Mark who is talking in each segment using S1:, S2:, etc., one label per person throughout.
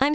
S1: I'm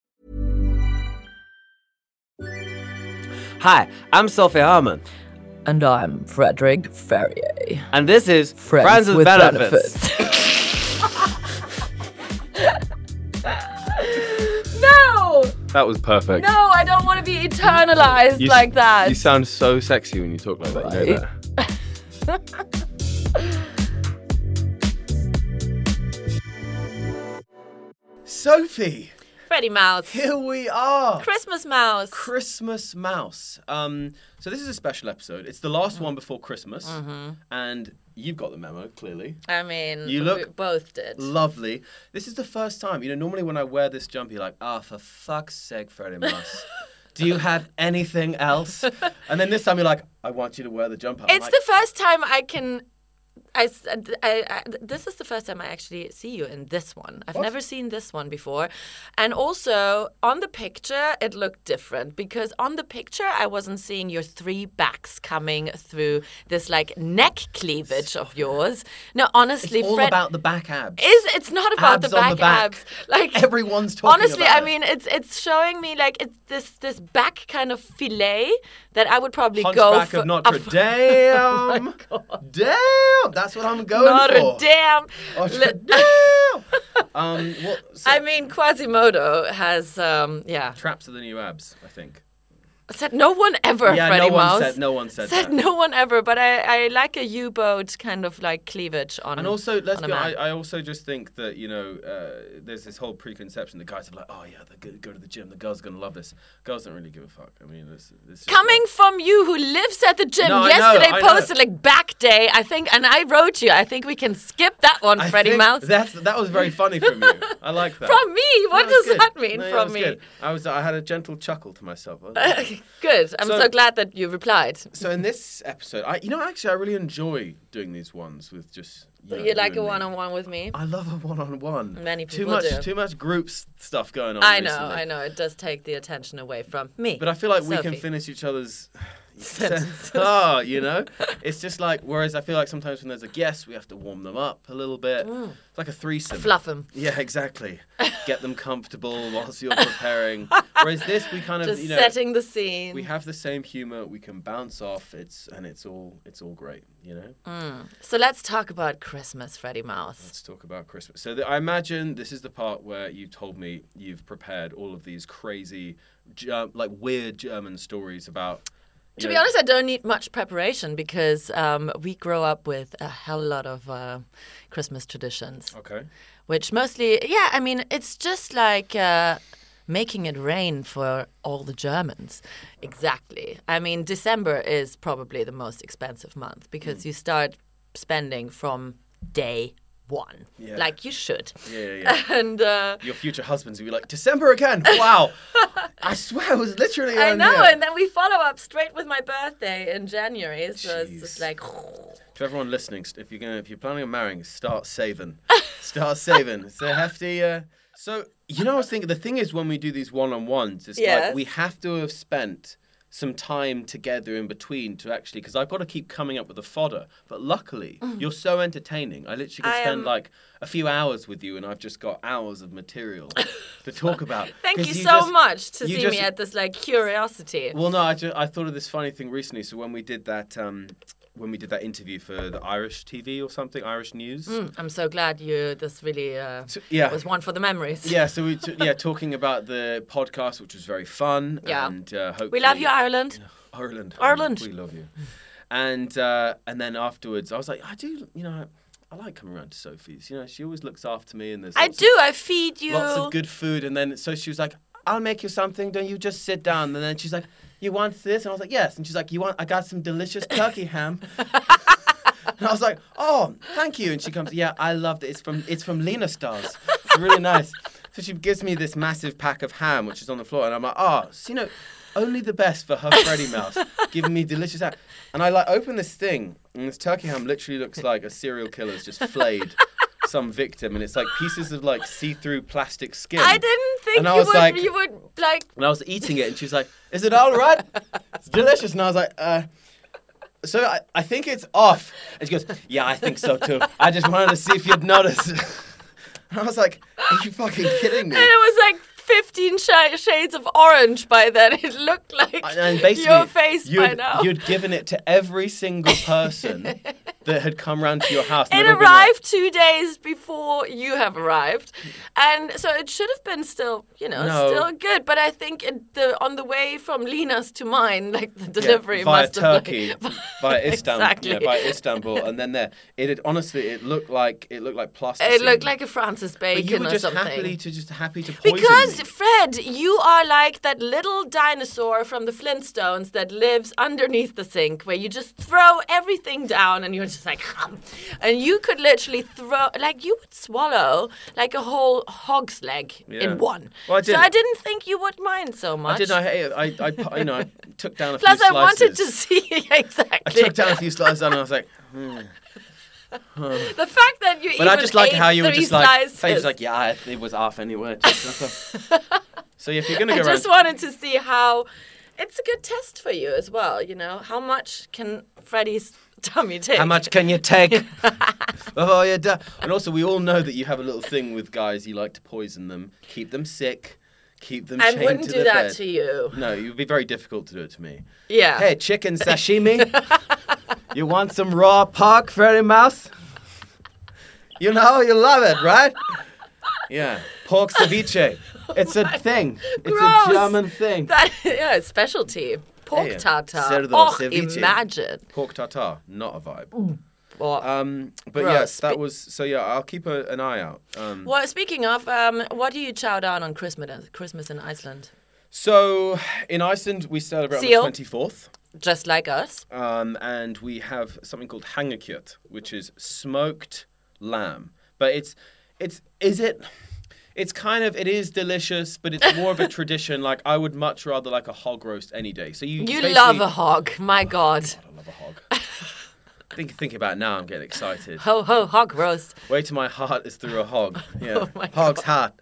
S2: Hi, I'm Sophie Harmon,
S3: And I'm Frederick Ferrier.
S2: and this is
S3: Friends,
S2: with,
S3: with
S2: Benefits.
S3: no!
S2: That was perfect.
S3: No, I don't want to be eternalized
S2: You s-
S3: like that.
S2: You sound so sexy when you talk like that. You know that.
S4: Sophie,
S5: Freddy Mouse.
S4: here we are.
S5: Christmas Mouse.
S4: Christmas Mouse. Um, so this is a special episode. It's the last one before Christmas,
S3: Mm-hmm.
S4: and you've got the memo clearly.
S5: I mean,
S4: You
S5: we
S4: look-
S5: both did.
S4: Lovely. This is the first time. You know, normally when I wear this jumper, you're like, ah, for fuck's sake, Freddie Moss. Do you have anything else? And then this time you're like, I want you to wear the jumper. I'm
S5: it's
S4: like,
S5: the first time I can. I, s- I- I- this is the first time I actually see you in this one. I've never seen this one before. And also, on the picture, it looked different because on the picture, I wasn't seeing your three backs coming through this like neck cleavage of yours. No, honestly,
S4: it's all
S5: Fred.
S4: about the back abs.
S5: is it's not about
S4: Abs
S5: the
S4: on
S5: back,
S4: the back.
S5: abs like
S4: Everyone's talking
S5: honestly
S4: about
S5: i
S4: it.
S5: mean it's it's showing me like it's this this back kind of fillet that i would probably go
S4: Hunchback
S5: for
S4: of Notre
S5: a- Oh
S4: Dame. Damn, that's what I'm going
S5: Notre
S4: for.
S5: Dame.
S4: Notre
S5: Le-
S4: Dame. um, well, so-
S5: I mean, Quasimodo has, um, yeah,
S4: traps are the new abs, I think.
S5: said no one ever.
S4: Yeah, no
S5: Freddie
S4: one
S5: Mouse
S4: said- no one said that.
S5: no one ever. But I, I like a U-boat kind of like cleavage on.
S4: And also, let's
S5: Mm. on a
S4: be. I,
S5: man.
S4: I also just think that you know, uh, there's this whole preconception. The guys are like, "Oh yeah, they go, go to the gym. The girls are gonna love this." Girls don't really give a fuck. I mean, this. this
S5: Coming from you, who lives at the gym,
S4: No, I know,
S5: yesterday
S4: I know.
S5: posted like back day, I think, and I wrote you. I think we can skip that one,
S4: I
S5: Freddie
S4: think
S5: Mouse.
S4: That's that was very funny from you. I like that.
S5: From me? What
S4: was
S5: does that mean,
S4: No, yeah,
S5: from
S4: it was
S5: me?
S4: Good. I was. I had a gentle chuckle to myself. I was-
S5: Good. I'm
S4: So-
S5: so, glad that you replied.
S4: so in this episode, I you know actually I really enjoy doing these ones with just. You, know,
S5: you like
S4: you
S5: a
S4: and me.
S5: one-on-one with me?
S4: I love a one-on-one.
S5: Many
S4: too
S5: people
S4: much,
S5: do.
S4: too much groups stuff going on.
S5: I know,
S4: recently.
S5: I know. It does take the attention away from me.
S4: But I feel like we can
S5: Sophie.
S4: finish each other's
S5: Sentences.
S4: Ah, you know, it's just like. Whereas I feel like sometimes when there's a guest, we have to warm them up a little bit. It's like a threesome.
S5: Mm. Fluff 'em.
S4: Yeah, exactly. Get them comfortable whilst you're preparing. Whereas this, we kind of
S5: Just
S4: you know
S5: setting the scene.
S4: we have the same humor. We can bounce off. It's and it's all it's all great. You know.
S5: Mm. so let's talk about Christmas, Freddie Mouse.
S4: Let's talk about Christmas. So the, I imagine this is the part where you told me you've prepared all of these crazy, Ger- like weird German stories about. you
S5: To be
S4: know,
S5: honest, I don't need much preparation because um, we grow up with a hell lot of uh, Christmas traditions,
S4: Okay.
S5: which mostly, yeah, I mean, it's just like uh, making it rain for all the Germans. Exactly. I mean, December is probably the most expensive month because
S4: Mm.
S5: you start spending from day one,
S4: Yeah.
S5: like you should.
S4: Yeah, yeah, yeah.
S5: And uh,
S4: Your future husbands will be like, December again. Wow. I swear it was literally.
S5: I
S4: on
S5: know,
S4: here.
S5: and then we follow up straight with my birthday in January, so it's just like
S4: to everyone listening, st- if you're gonna, if you're planning on marrying, start saving. start saving. It's a hefty. Uh... So you know, I was thinking. The thing is, when we do these one-on-ones, it's like
S5: Yes.
S4: we have to have spent some time together in between to actually, because I've got to keep coming up with the fodder. But luckily, you're so entertaining. I literally could
S5: Mm. I
S4: spend
S5: am-
S4: like a few hours with you, and I've just got hours of material to talk about.
S5: thank
S4: 'Cause
S5: you, so
S4: just-
S5: much to
S4: you
S5: see
S4: just-
S5: me at this like curiosity.
S4: well, no, I, ju- I thought of this funny thing recently. So when we did that, um, when we did that interview for the Irish TV or something, Irish News.
S5: Mm, I'm so glad you. This really uh,
S4: So- yeah.
S5: was one for the memories.
S4: Yeah, so we t- yeah talking about the podcast, which was very fun.
S5: Yeah.
S4: and uh, hopefully
S5: we love you, Ireland.
S4: Ireland.
S5: Ireland.
S4: We love you. And uh, and then afterwards, I was like, I do, you know, I like coming around to Sophie's. You know, she always looks after me, and there's
S5: I
S4: lots
S5: do. I feed
S4: Of,
S5: you.
S4: lots of good food. And then so she was like, I'll make you something. Don't you just sit down? And then she's like, You want this? And I was like, Yes. And she's like, You want? I got some delicious turkey ham. And I was like, "Oh, thank you." And she comes, "Yeah, I loved it. It's from it's from Lena Stars. It's really nice." So she gives me this massive pack of ham, which is on the floor, and I'm like, ah, so, you know, only the best for her Freddy mouse, giving me delicious ham. And I like open this thing, and this turkey ham literally looks like a serial killer's just flayed some victim, and it's like pieces of like see-through plastic skin.
S5: I didn't think
S4: And I
S5: you
S4: was
S5: would.
S4: like-
S5: you would like.
S4: And I was eating it, and she was like, "Is it all right? It's delicious." And I was like, "Uh." So I, I think it's off. And she goes, Yeah, I think so too. I just wanted to see if you'd notice. and I was like, Are you fucking kidding me?
S5: And it was like 15 sh- shades of orange by then. It looked like
S4: And- and basically,
S5: your face
S4: you'd,
S5: by now.
S4: you'd given it to every single person that had come round to your house. and
S5: It
S4: they'd all been like,
S5: arrived two days before you have arrived, and so it should have been still, you know,
S4: No.
S5: still good. But I think it, the on the way from Lena's to mine, like the
S4: Yeah,
S5: delivery
S4: via
S5: must have
S4: Turkey,
S5: like,
S4: via Istanbul,
S5: Exactly.
S4: yeah, via Istanbul, and then there. It had, honestly, it looked like it looked like plasticine.
S5: it looked like a Francis
S4: But
S5: Bacon
S4: you were
S5: or
S4: just
S5: something.
S4: happily to just happy to poison
S5: Because
S4: me.
S5: Fred, you are like that little dinosaur from the Flintstones that lives underneath the sink, where you just throw everything down and you're just like, "Hum." and you could literally throw like you would swallow like a whole hog's leg
S4: Yeah.
S5: in one.
S4: Well, I
S5: so I
S4: didn't-
S5: didn't think you would mind so much.
S4: I did. I, hate it. I, I, pu- you know, I took down a
S5: Plus,
S4: few
S5: I
S4: slices.
S5: wanted to see exactly
S4: I took down a few slices, and I was like,
S5: the fact that you.
S4: but
S5: even
S4: I just like
S5: ate
S4: how you were
S5: three
S4: just like,
S5: slices.
S4: so you was like, yeah, it- it was off anyway. so if you're gonna
S5: I
S4: go
S5: just
S4: around,
S5: wanted to see how. It's a good test for you as well, you know. How much can Freddy's tummy take?
S4: how much can you take? oh yeah, da- and also we all know that you have a little thing with guys. You like to poison them, keep them sick, keep them.
S5: I
S4: chained
S5: wouldn't
S4: to
S5: do
S4: the
S5: that
S4: bed.
S5: to you.
S4: No, it would be very difficult to do it to me.
S5: Yeah.
S4: Hey, chicken sashimi. you want some raw pork, Freddy Mouse? You know, you love it, right? Yeah. Pork ceviche. It's a thing. It's
S5: Gross.
S4: a German thing.
S5: That yeah, it's specialty. Pork
S4: Hey,
S5: tartar.
S4: cerdo,
S5: oh,
S4: ceviche.
S5: imagine.
S4: Pork tartar, not a vibe.
S5: Well,
S4: Um, but
S5: Gross.
S4: yes, that
S5: But-
S4: was so. Yeah, I'll keep a, an eye out. Um,
S5: well, speaking of, um, what do you chow down on Christmas? Christmas in Iceland,
S4: so in Iceland, we celebrate
S5: Seal.
S4: on the 24th.
S5: just like us.
S4: um, and we have something called hangakjöt, which is smoked lamb. But it's it's is it it's kind of it is delicious, but it's more of a tradition. Like I would much rather like a hog roast any day. So you
S5: You
S4: basically-
S5: love a hog, my God.
S4: I love a hog. think think about it now, I'm getting excited.
S5: Ho ho hog roast.
S4: Way to my heart is through a hog. Yeah,
S5: Oh
S4: hog's heart.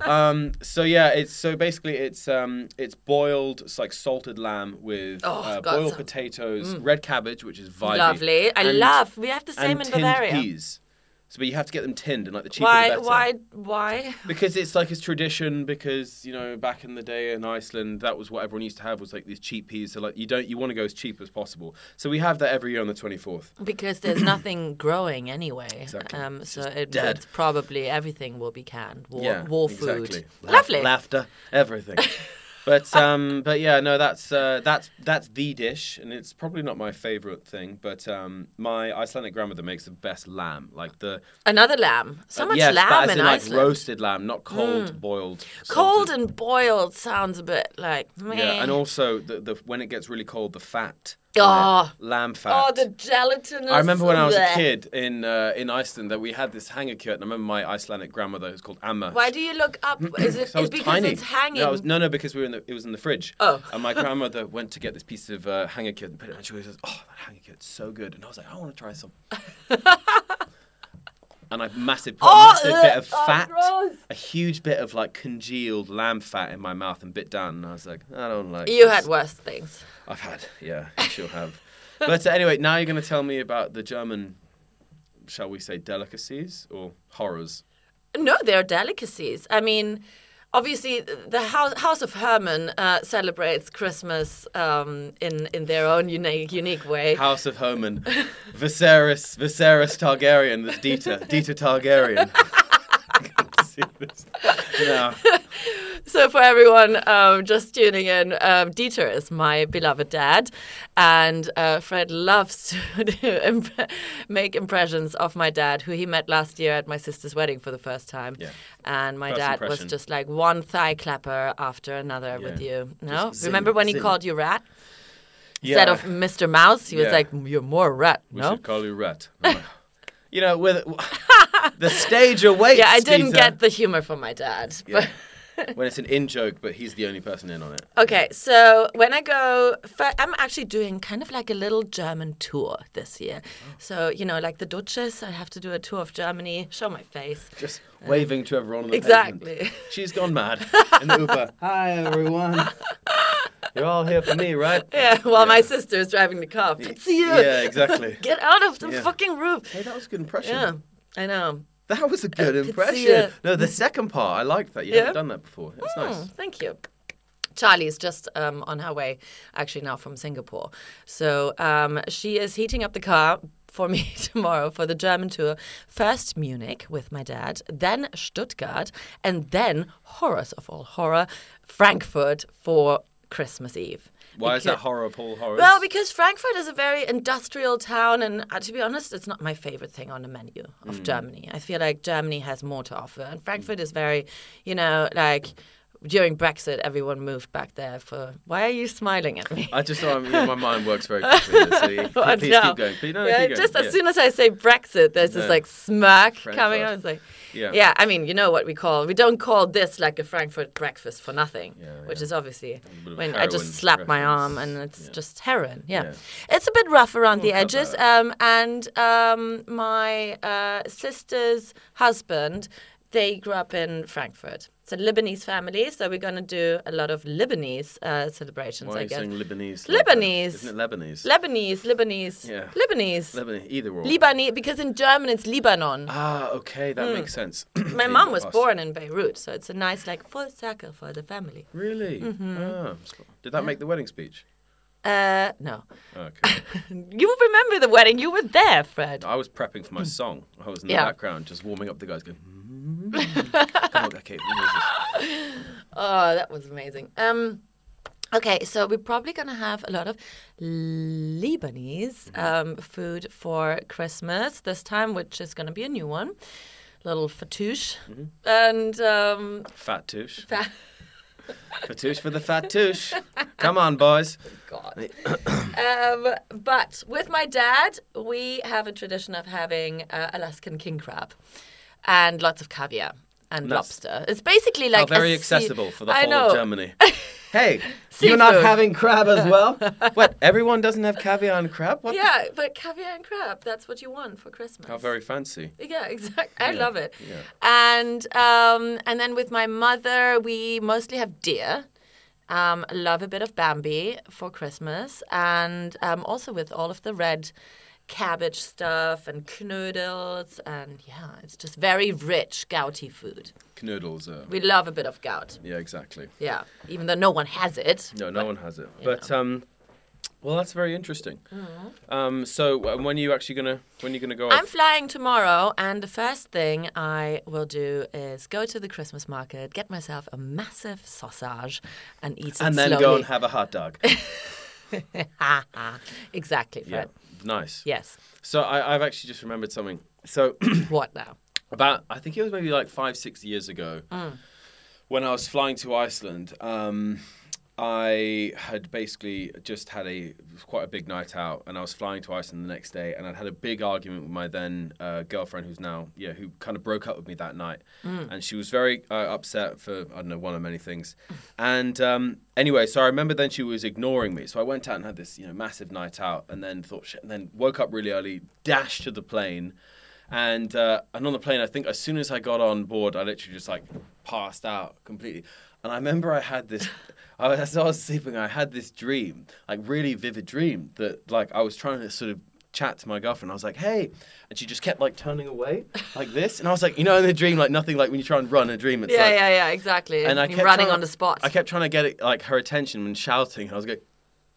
S4: Um, so yeah, it's so basically it's um, it's boiled, it's like salted lamb with uh,
S5: God,
S4: boiled
S5: so-
S4: potatoes, red cabbage, which is vibey.
S5: Mm. Lovely. I
S4: and-
S5: love. We have the same
S4: and
S5: in
S4: tinned
S5: Bavaria.
S4: peas. So, but you have to get them tinned, and like the cheaper the
S5: Why
S4: better.
S5: why why?
S4: Because it's like it's tradition. Because you know, back in the day in Iceland, that was what everyone used to have was like these cheap peas. So like you don't you want to go as cheap as possible. So we have that every year on the twenty fourth.
S5: Because there's nothing growing anyway.
S4: Exactly.
S5: Um, so it,
S4: dead.
S5: it's probably everything will be canned. War,
S4: yeah,
S5: war food.
S4: exactly. Laugh-
S5: Lovely.
S4: laughter, everything. but um, but yeah, no, that's uh, that's that's the dish, and it's probably not my favorite thing. But um, my Icelandic grandmother makes the best lamb, like the
S5: Another lamb. So
S4: uh,
S5: much
S4: yes, but
S5: lamb
S4: as
S5: in,
S4: in, like
S5: Iceland. Mm.
S4: roasted lamb, not cold, boiled,
S5: Cold
S4: salted.
S5: and boiled sounds a bit like meh.
S4: yeah, and also the, the when it gets really cold, the fat,
S5: Oh.
S4: lamb fat.
S5: oh, the gelatinous.
S4: I remember when I was a
S5: bleh.
S4: kid in uh, in Iceland that we had this hangakjöt, and I remember my Icelandic grandmother who's called Amma.
S5: Why do you look up? Is it,
S4: So I
S5: is
S4: was
S5: because
S4: tiny.
S5: it's hanging?
S4: No, I was, no, no, because we were in the, it was in the fridge.
S5: Oh.
S4: And my grandmother went to get this piece of uh, hanger kit and put it in, and she always says, "Oh, that hanger kit's so good," and I was like, "I want to try some." and I massive put
S5: Oh,
S4: a massive
S5: ugh,
S4: bit of
S5: oh,
S4: fat,
S5: gross.
S4: a huge bit of like congealed lamb fat in my mouth and bit down, and I was like, "I don't like."
S5: you
S4: this.
S5: had worse things.
S4: I've had, yeah, you sure have. But uh, anyway, now you're going to tell me about the German, shall we say, delicacies or horrors.
S5: No, they're delicacies. I mean, obviously, the House, House of Herman uh, celebrates Christmas um, in in their own unique unique way.
S4: House of Homan, Viserys, Viserys Targaryen. There's Dita, Dita Targaryen. See this? No.
S5: So for everyone um, just tuning in, um, Dieter is my beloved dad, and uh, Fred loves to do imp- make impressions of my dad, who he met last year at my sister's wedding for the first time.
S4: Yeah.
S5: And my
S4: First
S5: dad
S4: impression.
S5: was just like one thigh clapper after another with
S4: Yeah.
S5: you. No,
S4: Just zing,
S5: remember when he
S4: zing.
S5: called you rat
S4: Yeah.
S5: instead of Mr. Mouse? He was
S4: Yeah.
S5: like, "You're more rat."
S4: we
S5: no.
S4: should call you Rat. you know, with the stage awaits.
S5: yeah, I didn't
S4: Peter.
S5: get the humor from my dad. But
S4: when it's an in joke, but he's the only person in on it.
S5: okay, so when I go, fir- I'm actually doing kind of like a little German tour this year.
S4: Oh.
S5: So you know, like the Duchess, I have to do a tour of Germany, show my face.
S4: Just waving to everyone on the
S5: Um, Exactly.
S4: pavement. She's gone mad. In the Uber. Hi everyone. You're all here for me, right?
S5: Yeah, while my sister is driving the car. It's you.
S4: Yeah, exactly.
S5: Get out of the
S4: Yeah.
S5: fucking roof.
S4: Hey, that was a good impression. Uh,
S5: Yeah, I know.
S4: That was a good
S5: could see
S4: impression.
S5: it.
S4: No, the second part, I liked that. You
S5: Yeah? Hmm.
S4: haven't done that before. It's nice.
S5: Oh, Thank you. Charlie is just um, on her way, actually now from Singapore. So um, she is heating up the car for me tomorrow for the German tour. First Munich with my dad, then Stuttgart, and then horrors of all horror, Frankfurt for Christmas Eve.
S4: Why is that
S5: Because-
S4: horror of all horrors?
S5: well, because Frankfurt is a very industrial town, and uh, to be honest, it's not my favorite thing on the menu of Germany. I feel like Germany has more to offer, and Frankfurt is very, you know, like during Brexit, everyone moved back there for. Why are you smiling at me?
S4: I just thought you know, my mind works very quickly. So you-
S5: Oh,
S4: please
S5: no.
S4: keep going. Please, no, no,
S5: Yeah,
S4: keep going.
S5: Just
S4: Yeah.
S5: as soon as I say Brexit, there's this
S4: No.
S5: like smirk
S4: Frankfurt.
S5: coming out. It's like, yeah.
S4: Yeah.
S5: I mean, you know what we call, we don't call this like a Frankfurt breakfast for nothing, which is obviously
S4: bit of
S5: when I
S4: heroin
S5: just slap my arm
S4: reference.
S5: and it's just heroin. Yeah.
S4: Yeah.
S5: It's a bit rough around the
S4: cut
S5: edges.
S4: that
S5: Um, and um, my uh, sister's husband, they grew up in Frankfurt. It's a Lebanese family, so we're going to do a lot of Lebanese uh, celebrations,
S4: Why are
S5: I
S4: you
S5: guess.
S4: saying Lebanese?
S5: Lebanese.
S4: Isn't it Lebanese?
S5: Lebanese, Lebanese,
S4: Yeah.
S5: Lebanese,
S4: Lebanese. Either or.
S5: Lebanese, because in German it's Lebanon.
S4: Ah, okay, that makes sense.
S5: Hmm.
S4: Oh,
S5: My mom was born in Beirut, so it's a nice like full circle for the family.
S4: Really?
S5: Mm-hmm.
S4: Ah, did that make the wedding speech?
S5: Uh, no,
S4: Okay.
S5: you remember the wedding? You were there, Fred.
S4: I was prepping for my song. I was in the
S5: Yeah.
S4: background, just warming up the guys, going. "Mm." Come on, okay, what is this?
S5: Oh, that was amazing. Um, okay, so we're probably gonna have a lot of Lebanese um, food for Christmas this time, which is gonna be a new one, little fattoush, and um,
S4: Fat tush. Fatouche for the fat tush. Come on, boys.
S5: God. um, but with my dad, we have a tradition of having uh, Alaskan king crab and lots of caviar and lobster. It's basically like a
S4: How very
S5: sea-
S4: accessible for the
S5: I
S4: whole
S5: know.
S4: of Germany. hey, you're not
S5: Seafood.
S4: having crab as well? what? Everyone doesn't have caviar and crab? What? the-
S5: Yeah, but caviar and crab, that's what you want for Christmas.
S4: How very fancy.
S5: Yeah, exactly. I love it. And um, and then with my mother, we mostly have deer. Um, love a bit of Bambi for Christmas, and um, also with all of the red cabbage stuff and knödels, and yeah, it's just very rich gouty food.
S4: Knoodles. Are...
S5: We love a bit of gout.
S4: Yeah, exactly.
S5: Yeah, even though no one has it.
S4: No, no one has it. But um, well, that's very interesting. Um, so w- when are you actually gonna when are you gonna go?
S5: Mm-hmm. I'm
S4: off?
S5: flying tomorrow, and the first thing I will do is go to the Christmas market, get myself a massive sausage, and eat it
S4: and then
S5: slowly. Ah,
S4: go and have a hot dog.
S5: exactly,
S4: yeah,
S5: Fred.
S4: nice.
S5: Yes.
S4: So I, I've actually just remembered something. So
S5: What now?
S4: about I think it was maybe like five six years ago when I was flying to Iceland. Um, I had basically just had a quite a big night out, and I was flying to Iceland the next day, and I'd had a big argument with my then uh, girlfriend, who's now yeah, who kind of broke up with me that night, and she was very uh, upset for I don't know one of many things, and um, anyway, so I remember then she was ignoring me, so I went out and had this you know massive night out, and then thought shit, and then woke up really early, dashed to the plane, and uh, and on the plane, I think as soon as I got on board, I literally just like passed out completely. And I remember I had this, I was, as I was sleeping, I had this dream, like really vivid dream that like I was trying to sort of chat to my girlfriend. I was like, hey, and she just kept like turning away like this, and I was like, you know, in the dream, like nothing like when you try and run a dream, it's
S5: Yeah,
S4: like,
S5: yeah, yeah, exactly.
S4: and I
S5: You're
S4: kept
S5: running
S4: trying-
S5: on the spot.
S4: I kept trying to get it like her attention and shouting. I was going,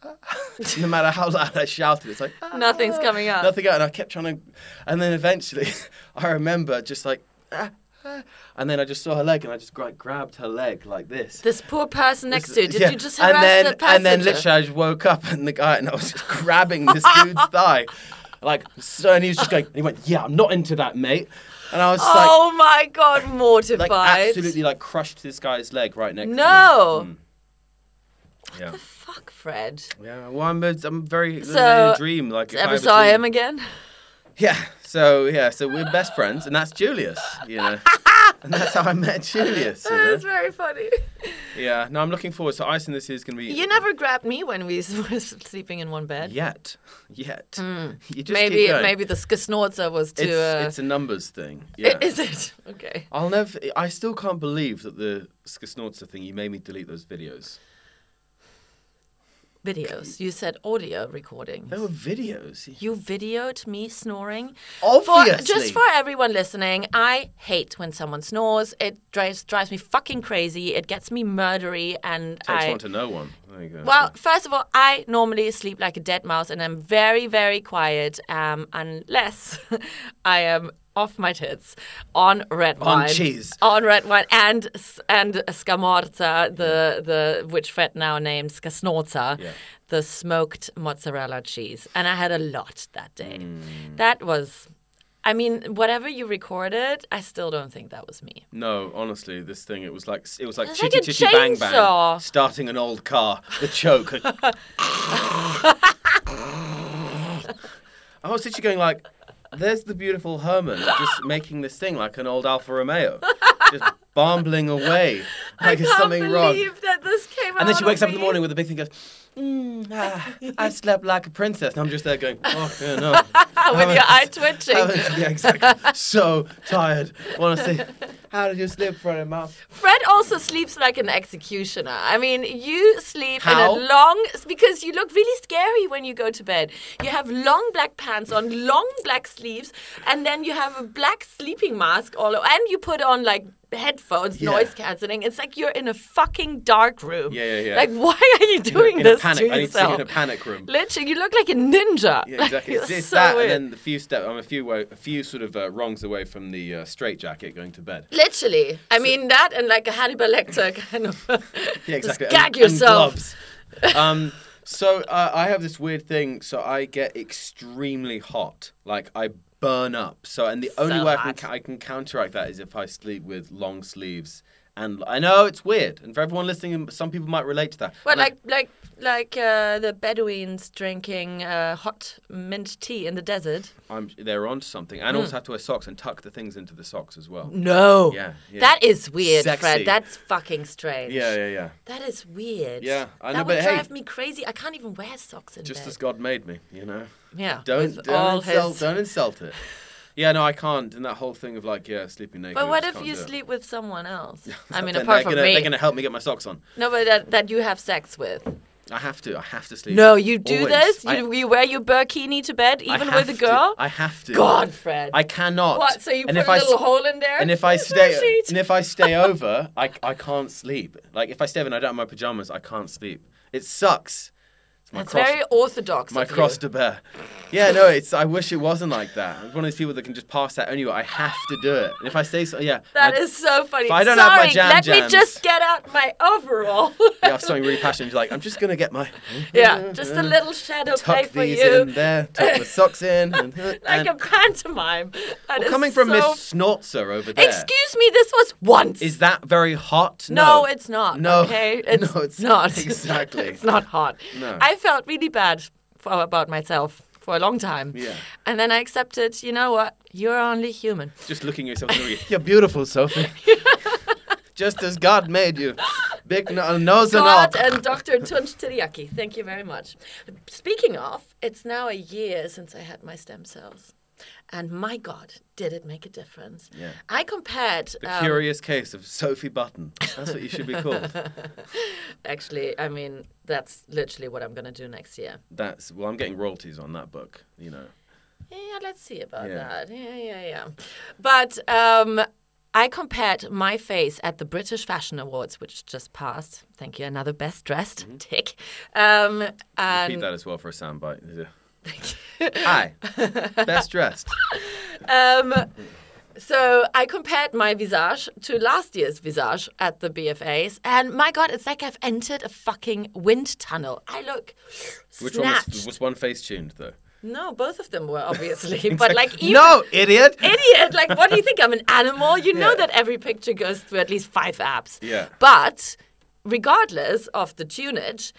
S4: no matter how loud I shouted, it's like "Ah."
S5: Nothing's coming up.
S4: nothing out. And I kept trying to, and then eventually, I remember just like, "Ah, ah," and then I just saw her leg, and I just like grabbed her leg like this.
S5: This poor person next to you. Did
S4: Yeah,
S5: you just harass
S4: and then,
S5: that passenger?
S4: And then literally, I just woke up, and the guy, and I was just grabbing this dude's thigh, like, so, and he was just going, and he went, "Yeah, I'm not into that, mate," and I was just like.
S5: oh my God, mortified.
S4: Like absolutely, like crushed this guy's leg right next.
S5: No.
S4: to me. Yeah.
S5: Fuck Fred.
S4: Yeah. Well, I'm, I'm very
S5: So,
S4: dream. Like, if I
S5: Ever
S4: ever
S5: saw
S4: see-
S5: him again?
S4: Yeah. So yeah. So we're best friends, and that's Julius. You know. And that's how I met Julius. you know?
S5: That's very funny.
S4: Yeah. No, I'm looking forward. So icing this is going to be
S5: You never grabbed me when we were sleeping in one bed.
S4: yet, yet. You just keep
S5: Hmm. maybe
S4: going.
S5: maybe the snorter was too.
S4: it's,
S5: uh,
S4: it's a numbers thing.
S5: i-
S4: Yeah.
S5: Is it okay?
S4: I'll never. I still can't believe that the Skisnorza thing. You made me delete those videos.
S5: Videos. You said audio recordings.
S4: They were videos.
S5: You videoed me snoring. For,
S4: Obviously.
S5: just for everyone listening, I hate when someone snores. It drives drives me fucking crazy. It gets me murdery, and
S4: Takes
S5: I
S4: one to know one. There you go.
S5: Well, first of all, I normally sleep like a dead mouse and I'm very, very quiet um, unless I am off my tits on red
S4: On
S5: wine.
S4: cheese.
S5: On red wine and s- and scamorza, the, the which Fred now names scasnorza, the smoked mozzarella cheese. And I had a lot that day.
S4: Hmm.
S5: That was, I mean, whatever you recorded, I still don't think that was me.
S4: No, honestly, this thing it was like it was like
S5: It's like
S4: chitty
S5: a
S4: chitty bang bang,
S5: chainsaw.
S4: starting an old car, the choke. I was literally going like, "There's the beautiful Herman just making this thing like an old Alfa Romeo, just bumbling away like it's
S5: Can't
S4: something wrong."
S5: believe that this came
S4: And then
S5: out
S4: she wakes
S5: of
S4: up in the
S5: me.
S4: morning with a big thing goes, mm, ah, I slept like a princess. And I'm just there going, oh, yeah, no.
S5: with your eye twitching.
S4: I was- yeah, exactly. So tired. Honestly, how did you sleep for a month?
S5: Fred also sleeps like an executioner. I mean, you sleep
S4: How?
S5: in a long because you look really scary when you go to bed. You have long black pants on, long black sleeves, and then you have a black sleeping mask all and you put on like headphones,
S4: Yeah.
S5: noise cancelling. It's like you're in a fucking dark room.
S4: Yeah, yeah, yeah.
S5: Like why are you doing
S4: in a
S5: this
S4: panic.
S5: to
S4: I need to sleep in
S5: yourself?
S4: a panic room.
S5: Literally, you look like a ninja.
S4: Yeah, exactly.
S5: Like,
S4: It's,
S5: it's
S4: it's
S5: so
S4: that,
S5: weird.
S4: and then the few step. I'm a few wo- a few sort of uh, wrongs away from the uh, straight jacket going to bed.
S5: Literally, I mean that, and like a Hannibal Lecter kind of.
S4: Yeah, exactly.
S5: Just gag
S4: and,
S5: yourself.
S4: And gloves. um, so uh, I have this weird thing. So I get extremely hot. Like I burn up. So and the only way I can,
S5: hot.
S4: ca- I can counteract that is if I sleep with long sleeves. And I know it's weird, and for everyone listening, some people might relate to that.
S5: Well,
S4: And I-
S5: like like like uh, the Bedouins drinking uh, hot mint tea in the desert.
S4: I'm, they're onto something,
S5: Hmm.
S4: and also have to wear socks and tuck the things into the socks as well.
S5: No.
S4: Yeah, yeah.
S5: That is weird,
S4: Sexy.
S5: Fred. That's fucking strange.
S4: Yeah, yeah, yeah.
S5: That is weird.
S4: Yeah, I know,
S5: that
S4: but
S5: would
S4: hey-
S5: drive me crazy. I can't even wear socks in
S4: Just
S5: bed.
S4: as God made me, you know.
S5: yeah.
S4: Don't
S5: with
S4: don't
S5: all
S4: insult
S5: his-
S4: don't insult it. Yeah, no, I can't. And that whole thing of like, yeah, sleeping naked. I
S5: But what
S4: just
S5: if
S4: can't
S5: you
S4: do it.
S5: sleep with someone else? I mean,
S4: Then
S5: apart
S4: they're
S5: from
S4: gonna,
S5: me.
S4: they're gonna help me get my socks on.
S5: No, but that, that you have sex with.
S4: I have to. I have to sleep.
S5: No, you do
S4: Always.
S5: this.
S4: I-
S5: You, you wear your burkini to bed,
S4: I
S5: even
S4: have
S5: with a
S4: to.
S5: girl.
S4: I have to.
S5: God, Fred.
S4: I cannot.
S5: What? So you
S4: And
S5: put
S4: if
S5: a
S4: I
S5: little
S4: s-
S5: hole in there?
S4: And if I
S5: Is that a
S4: stay,
S5: sheet?
S4: and if I stay over, I, I can't sleep. Like if I stay over and I don't have my pajamas, I can't sleep. It sucks. It's my
S5: That's
S4: cross,
S5: very orthodox.
S4: my
S5: of you.
S4: cross to bear. Yeah, no, it's. I wish it wasn't like that. I'm one of those people that can just pass that anyway. I have to do it. And if I stay, so, yeah,
S5: That
S4: I-
S5: is so funny.
S4: If I don't have
S5: Sorry,
S4: my jam
S5: let me
S4: jams-
S5: just get out my overall.
S4: Yeah, if something really passionate, like I'm just gonna get my
S5: yeah, just a little shadow play
S4: tuck
S5: for
S4: these
S5: you,
S4: in there, tuck the socks in, and, uh,
S5: like
S4: and-
S5: a pantomime. That
S4: Well,
S5: is
S4: coming from
S5: so...
S4: Miss Snortzer over there.
S5: Excuse me, this was once.
S4: Is that very hot?
S5: No, it's not.
S4: No,
S5: okay, it's,
S4: no, it's
S5: not
S4: exactly.
S5: it's not hot.
S4: No.
S5: I felt really bad for, about myself for a long time.
S4: Yeah.
S5: and then I accepted. You know what? You're only human.
S4: Just looking at yourself. in the mirror, You're beautiful, Sophie. Just as God made you, big no- nose and all.
S5: God and Dr. Tunch Teriyaki. Thank you very much. Speaking of, it's now a year since I had my stem cells. And my God, did it make a difference? Yeah. I compared.
S4: The
S5: um,
S4: curious case of Sophie Button. That's what you should be called.
S5: actually, I mean, that's literally what I'm going to do next year.
S4: That's well, I'm getting royalties on that book. You know.
S5: Yeah, let's see about
S4: Yeah.
S5: that. Yeah, yeah, yeah. But um, I compared my face at the British Fashion Awards, which just passed. Thank you. Another best dressed tick. Um, and
S4: Mm-hmm. Repeat that as well for a soundbite. Hi, best dressed.
S5: Um, so I compared my visage to last year's visage at the BFAs, and my God, it's like I've entered a fucking wind tunnel. I look
S4: Which one
S5: snatched.
S4: was, was one face tuned though?
S5: No, both of them were obviously, but like even.
S4: no, idiot.
S5: Idiot! Like, what do you think? I'm an animal. You know
S4: Yeah.
S5: that every picture goes through at least five apps.
S4: Yeah.
S5: But regardless of the tunage,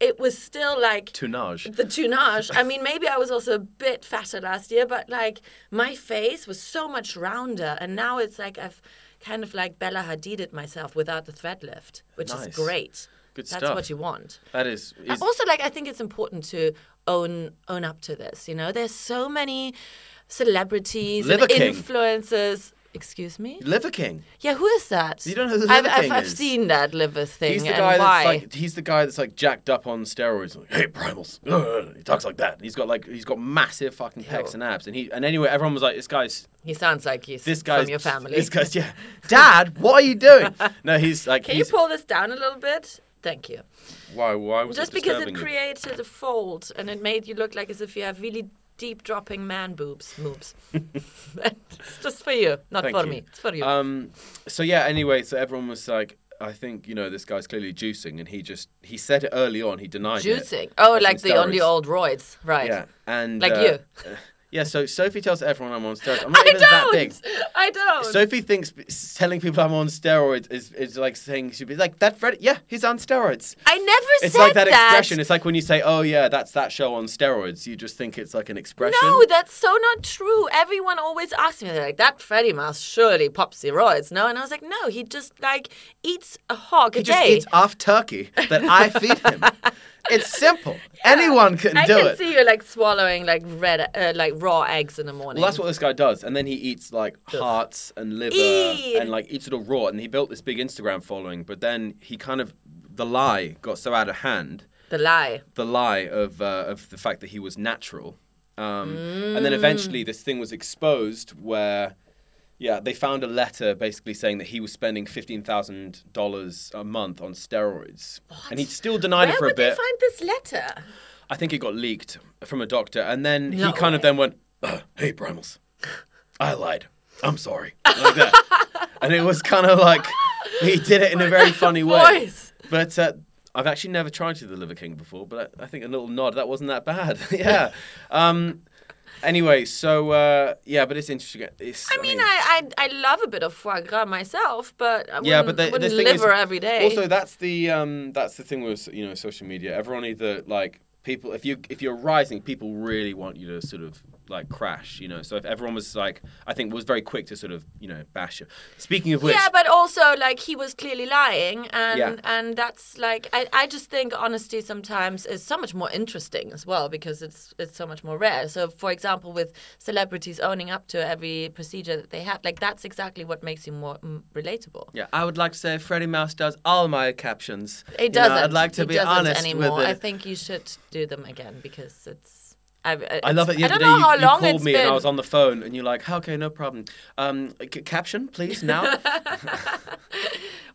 S5: it was still like
S4: Tunage.
S5: the tunage. I mean, maybe I was also a bit fatter last year, but like my face was so much rounder, and now it's like I've kind of like Bella Hadid it myself without the thread lift, which
S4: Nice.
S5: is great.
S4: Good
S5: That's
S4: stuff.
S5: what you want.
S4: That is. is
S5: Also, like I think it's important to own own up to this. You know, there's so many celebrities
S4: Liver
S5: and
S4: King.
S5: influencers. Excuse me.
S4: Liver King.
S5: Yeah, who is that?
S4: You don't know who
S5: I've,
S4: Liver
S5: I've,
S4: King
S5: I've
S4: is?
S5: seen that liver thing.
S4: He's the
S5: and
S4: guy that's
S5: why?
S4: like he's the guy that's like jacked up on steroids. Like, hey, primals. Ugh," He talks like that. He's got like he's got massive fucking pecs and abs. And he and anyway, everyone was like, this guy's
S5: he sounds like he's
S4: this guy's
S5: from your family.
S4: This guy's yeah. Dad, what are you doing? No, he's like
S5: Can you
S4: he's,
S5: pull this down a little bit? Thank you.
S4: why why was
S5: Just
S4: it
S5: because it
S4: disturbing you?
S5: created a fold and it made you look like as if you have really deep dropping man boobs moves. it's just for you, not
S4: Thank
S5: for
S4: you.
S5: me. It's for you.
S4: Um, so yeah. Anyway, so everyone was like, I think you know this guy's clearly juicing, and he just he said it early on. He denied it.
S5: Juicing. Oh,
S4: That's
S5: like
S4: on
S5: the on the
S4: steroids.
S5: old roids, right?
S4: Yeah, and
S5: Like
S4: uh,
S5: you.
S4: Yeah, so Sophie tells everyone I'm on steroids. I'm not
S5: I
S4: even that big.
S5: don't. Oh. I don't.
S4: Sophie thinks s- telling people I'm on steroids is, is like saying she'd be like that Fred. Yeah, he's on steroids.
S5: I never
S4: It's
S5: said
S4: like that, expression. It's like when you say, "Oh yeah, that's that show on steroids." You just think it's like an expression.
S5: No, that's so not true. Everyone always asks me, they're like, that Freddy Mouse surely pops steroids, no? And I was like, no, he just like eats a hog
S4: he
S5: a
S4: just
S5: day.
S4: eats off turkey that I feed him. It's simple. Anyone can
S5: I
S4: do
S5: can
S4: it.
S5: see you like swallowing like red, uh, like raw eggs in the morning.
S4: Well, that's what this guy does, and then he eats like hearts and liver
S5: Eee.
S4: and like eats it all raw. And he built this big Instagram following, but then he kind of the lie got so out of hand,
S5: the lie.
S4: the lie of uh, of the fact that he was natural, um, and then eventually this thing was exposed where. Yeah, they found a letter basically saying that he was spending fifteen thousand dollars a month on steroids, and he still denied
S5: Where
S4: it for
S5: would
S4: a bit.
S5: they find this letter?
S4: I think it got leaked from a doctor, and then
S5: No
S4: he kind of
S5: way.
S4: then went, "Ugh, "Hey, primals, I lied. I'm sorry." Like that, and it was kind of like he did it in a very funny way.
S5: Voice.
S4: But uh, I've actually never tried to do the Liver King before, but I, I think a little nod that wasn't that bad. yeah. Um, anyway, so uh, yeah, but it's interesting. It's,
S5: I mean, I, I I love a bit of foie gras myself, but I wouldn't,
S4: yeah, but the, the
S5: wouldn't
S4: thing is,
S5: liver every day.
S4: Also, that's the um, that's the thing with you know social media. Everyone either like people if you if you're rising, people really want you to sort of like crash. You know, so if everyone was like, I think was very quick to sort of you know bash you. Speaking of which,
S5: yeah, but also like he was clearly lying, and
S4: Yeah.
S5: and that's like I, I just think honesty sometimes is so much more interesting as well because it's it's so much more rare. So for example, with celebrities owning up to every procedure that they had, like that's exactly what makes you more mm, relatable.
S4: yeah, I would like to say Freddie Mouse does all my captions.
S5: It
S4: You know,
S5: doesn't.
S4: I'd like to
S5: He
S4: be
S5: doesn't
S4: honest
S5: anymore.
S4: with it.
S5: I think you should do them again because it's. I, I,
S4: I love it.
S5: it's-
S4: The
S5: I
S4: other
S5: don't
S4: day
S5: know
S4: you,
S5: how
S4: you
S5: long
S4: called
S5: it's
S4: me
S5: been.
S4: and I was on the phone, and you're like, "Okay, no problem. Um, c- caption, please now."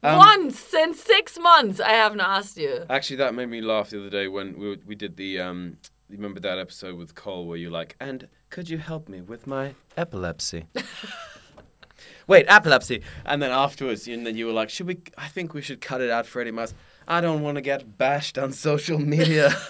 S4: um,
S5: Once in six months, I haven't asked you.
S4: Actually, that made me laugh the other day when we, we did the. Um, you remember that episode with Cole where you're like, and could you help me with my epilepsy? Wait, epilepsy. And then afterwards, and then you were like, should we? I think we should cut it out, Freddie Mouse. I don't want to get bashed on social media.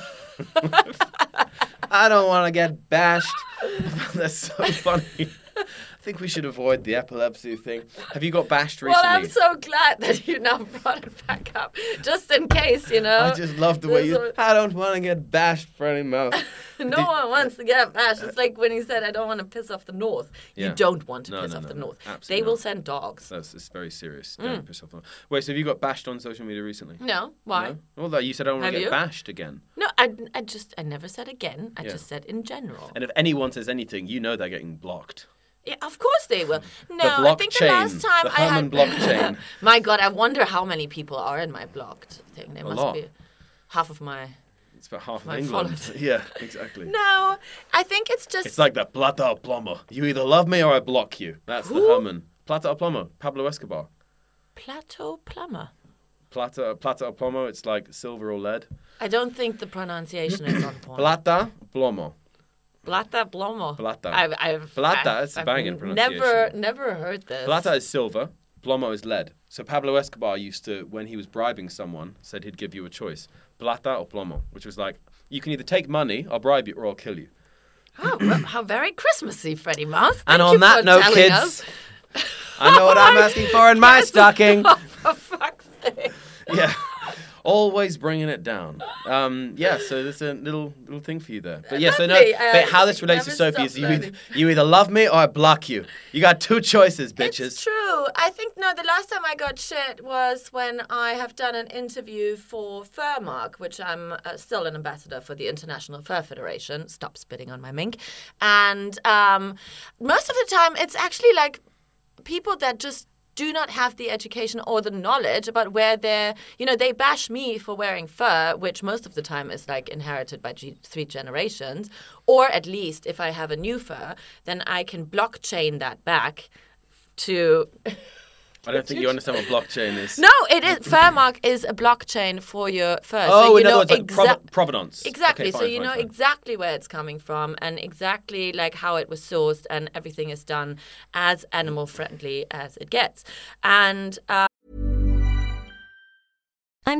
S4: I don't want to get bashed. That's so funny. I think we should avoid the epilepsy thing. Have you got bashed recently?
S5: Well, I'm so glad that you now brought it back up, just in case, you know.
S4: I just love the way you.
S5: There's
S4: I don't want to get bashed, Freddie Mouse.
S5: No one wants to get bashed. It's like when he said, "I don't want to piss off the North."
S4: Uh, Yeah.
S5: You don't want to
S4: No,
S5: piss
S4: no,
S5: off
S4: no,
S5: the
S4: no.
S5: North.
S4: Absolutely
S5: They will
S4: not.
S5: send dogs.
S4: That's it's very serious.
S5: Hmm.
S4: Don't piss off. on- Wait, so have you got bashed on social media recently?
S5: No, why?
S4: No? Well, that you said I don't want
S5: Have
S4: to get
S5: you?
S4: bashed again.
S5: No, I, I just, I never said again. I
S4: Yeah.
S5: just said in general.
S4: And if anyone says anything, you know they're getting blocked.
S5: Yeah, of course they will. No, I think the
S4: blockchain,
S5: last time
S4: the
S5: I
S4: Herman
S5: had
S4: blockchain.
S5: my God, I wonder how many people are in my blocked thing. They must
S4: lot.
S5: be half of my.
S4: It's about half of
S5: My
S4: England.
S5: followers.
S4: yeah, exactly.
S5: No, I think it's just.
S4: It's like that plata or plomo. You either love me or I block you. That's the Herman. Plata or plomo. Pablo Escobar.
S5: Plateau plumber.
S4: Plata, plata or plomo. It's like silver or lead.
S5: I don't think the pronunciation is on point.
S4: Plata, plomo.
S5: Plata plomo.
S4: Plata.
S5: I've, I've,
S4: Plata,
S5: I've,
S4: it's a banging
S5: I've
S4: pronunciation.
S5: Never, never heard this.
S4: Plata is silver, plomo is lead. So Pablo Escobar used to, when he was bribing someone, said he'd give you a choice: plata or plomo, which was like, you can either take money, I'll bribe you, or I'll kill you.
S5: Oh, well, how very Christmassy, Freddie Mouse. Thank
S4: And
S5: you
S4: on that
S5: for
S4: note,
S5: telling
S4: kids,
S5: us.
S4: I know what I'm asking for in my stocking.
S5: For fuck's sake.
S4: yeah. Always bringing it down. Um, yeah, so there's a little little thing for you there. But yeah, so no.
S5: Lovely.
S4: But
S5: Um,
S4: how this relates to
S5: never
S4: Sophie
S5: stop
S4: is you either,
S5: learning.
S4: you either love me or I block you. You got two choices, bitches.
S5: It's true. I think no. The last time I got shit was when I have done an interview for Furmark, which I'm uh, still an ambassador for the International Fur Federation. Stop spitting on my mink. And um, most of the time, it's actually like people that just do not have the education or the knowledge about where they're you know they bash me for wearing fur which most of the time is like inherited by g- three generations or at least if i have a new fur then i can blockchain that back to
S4: I don't think you understand what blockchain is.
S5: no it is Fairmark is a blockchain for your fur
S4: Oh,
S5: Uh, so you
S4: in other
S5: know
S4: words, like
S5: exa-
S4: prov- provenance.
S5: Exactly.
S4: Okay,
S5: so
S4: fine,
S5: you
S4: fine,
S5: know
S4: fine.
S5: exactly where it's coming from and exactly like how it was sourced and everything is done as animal friendly as it gets. And uh,
S1: I'm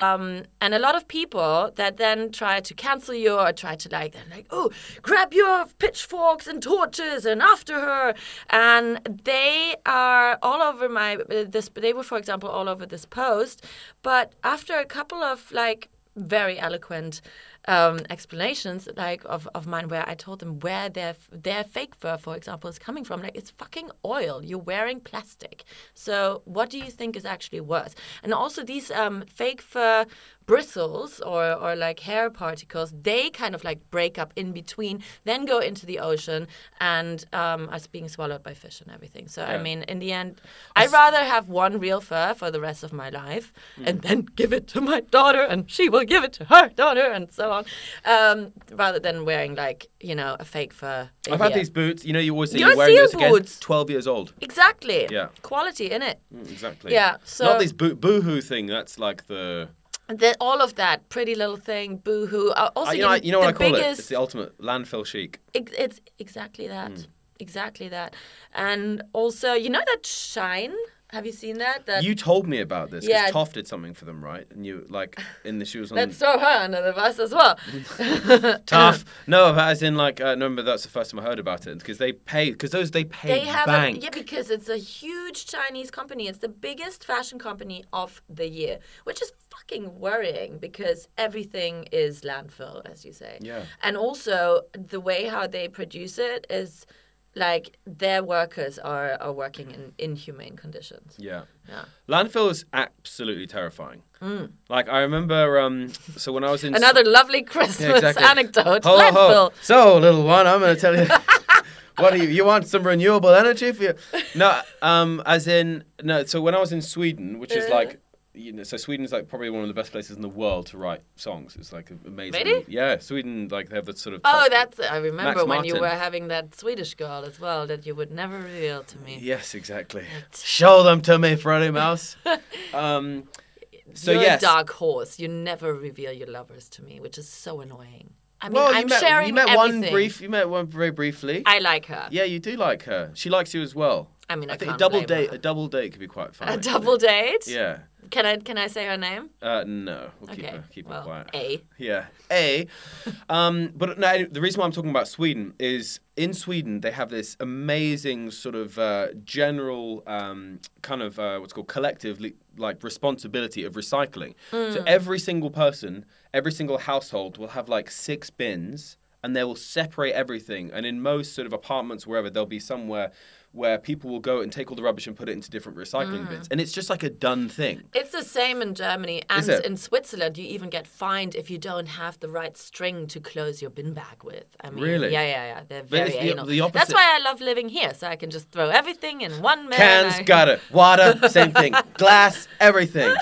S5: um, and a lot of people that then try to cancel you or try to like they're like oh grab your pitchforks and torches and after her and they are all over my uh, this they were for example all over this post but after a couple of like very eloquent um, explanations like of, of mine where I told them where their their fake fur for example is coming from like it's fucking oil you're wearing plastic so what do you think is actually worse and also these um, fake fur bristles or, or like hair particles they kind of like break up in between then go into the ocean and um, are being swallowed by fish and everything so I mean in the end I'd rather have one real fur for the rest of my life
S4: Mm.
S5: and then give it to my daughter and she will give it to her daughter and so on um, rather than wearing like you know a fake fur in
S4: I've had
S5: here.
S4: these boots. You know, you always say
S5: Your
S4: you're wearing
S5: seal
S4: those again.
S5: boots.
S4: Twelve years old.
S5: exactly
S4: Yeah. Mm.
S5: quality in it
S4: Exactly.
S5: Yeah, so-
S4: not this boo- boohoo thing. That's like the
S5: the, all of that pretty little thing boohoo uh, also
S4: I- you know, I-
S5: the-
S4: you know what
S5: the
S4: I call it.
S5: biggest
S4: It's the Mm. ultimate landfill chic.
S5: Ex- it's exactly that exactly that and also you know that shine have you seen that that
S4: You told me about this because
S5: Uh, Yeah.
S4: Toff did something for them, right? And you like in the shoes on
S5: let's throw her under the bus as well
S4: Mm. Toff. no, but as in like I remember that's the first time I heard about it because they pay because those they pay
S5: They have a,
S4: bank.
S5: yeah, because it's a huge Chinese company. It's the biggest fashion company of the year, which is fucking worrying because everything is landfill, as you say.
S4: Yeah.
S5: And also the way how they produce it is like their workers are, are working in inhumane conditions.
S4: Yeah. Landfill is absolutely terrifying. Like I remember, um, so when I was in
S5: Mm. Another lovely Christmas
S4: Yeah, exactly.
S5: anecdote.
S4: Ho, ho,
S5: landfill.
S4: ho. So, little one, I'm going to tell you. what do you you want some renewable energy for you? No, um, as in no. So when I was in Sweden, which
S5: Uh-huh.
S4: is like. You know, so Sweden's like probably one of the best places in the world to write songs. It's like amazing.
S5: Really?
S4: Yeah, Sweden like they have the sort of.
S5: Oh,
S4: top-
S5: that's I remember
S4: Max
S5: when you
S4: Martin.
S5: were having that Swedish girl as well that you would never reveal to me.
S4: Yes, exactly. Show them to me, Freddie Mouse. um, so
S5: You're
S4: yes,
S5: a dark horse. You never reveal your lovers to me, which is so annoying. I mean,
S4: well,
S5: I'm
S4: you met,
S5: sharing
S4: you met
S5: everything.
S4: one brief. You met one very briefly.
S5: I like her.
S4: yeah, you do like her. She likes you as well.
S5: I mean, I
S4: think
S5: can't
S4: a double
S5: blame
S4: date.
S5: her.
S4: A double date could be quite fun.
S5: A
S4: actually.
S5: double date.
S4: Yeah.
S5: Can I can I say her name?
S4: Uh, no, we'll keep
S5: okay.
S4: her, keep
S5: well,
S4: her quiet.
S5: A.
S4: Yeah, a. Um, but no, the reason why I'm talking about Sweden is in Sweden they have this amazing sort of uh, general um, kind of uh, what's called collective li- like responsibility of recycling. So every single person, every single household will have like six bins. And they will separate everything. And in most sort of apartments, wherever, there'll be somewhere where people will go and take all the rubbish and put it into different recycling bins. And it's just like a done thing.
S5: It's the same in Germany and
S4: it?
S5: in Switzerland. You even get fined if you don't have the right string to close your bin bag with. I mean,
S4: Really?
S5: Yeah, yeah, yeah. They're
S4: But
S5: very
S4: it's the-
S5: anal.
S4: the
S5: That's
S4: opposite-
S5: why I love living here, so I can just throw everything in one minute.
S4: Cans,
S5: I...
S4: got it. Water, same thing. Glass, everything.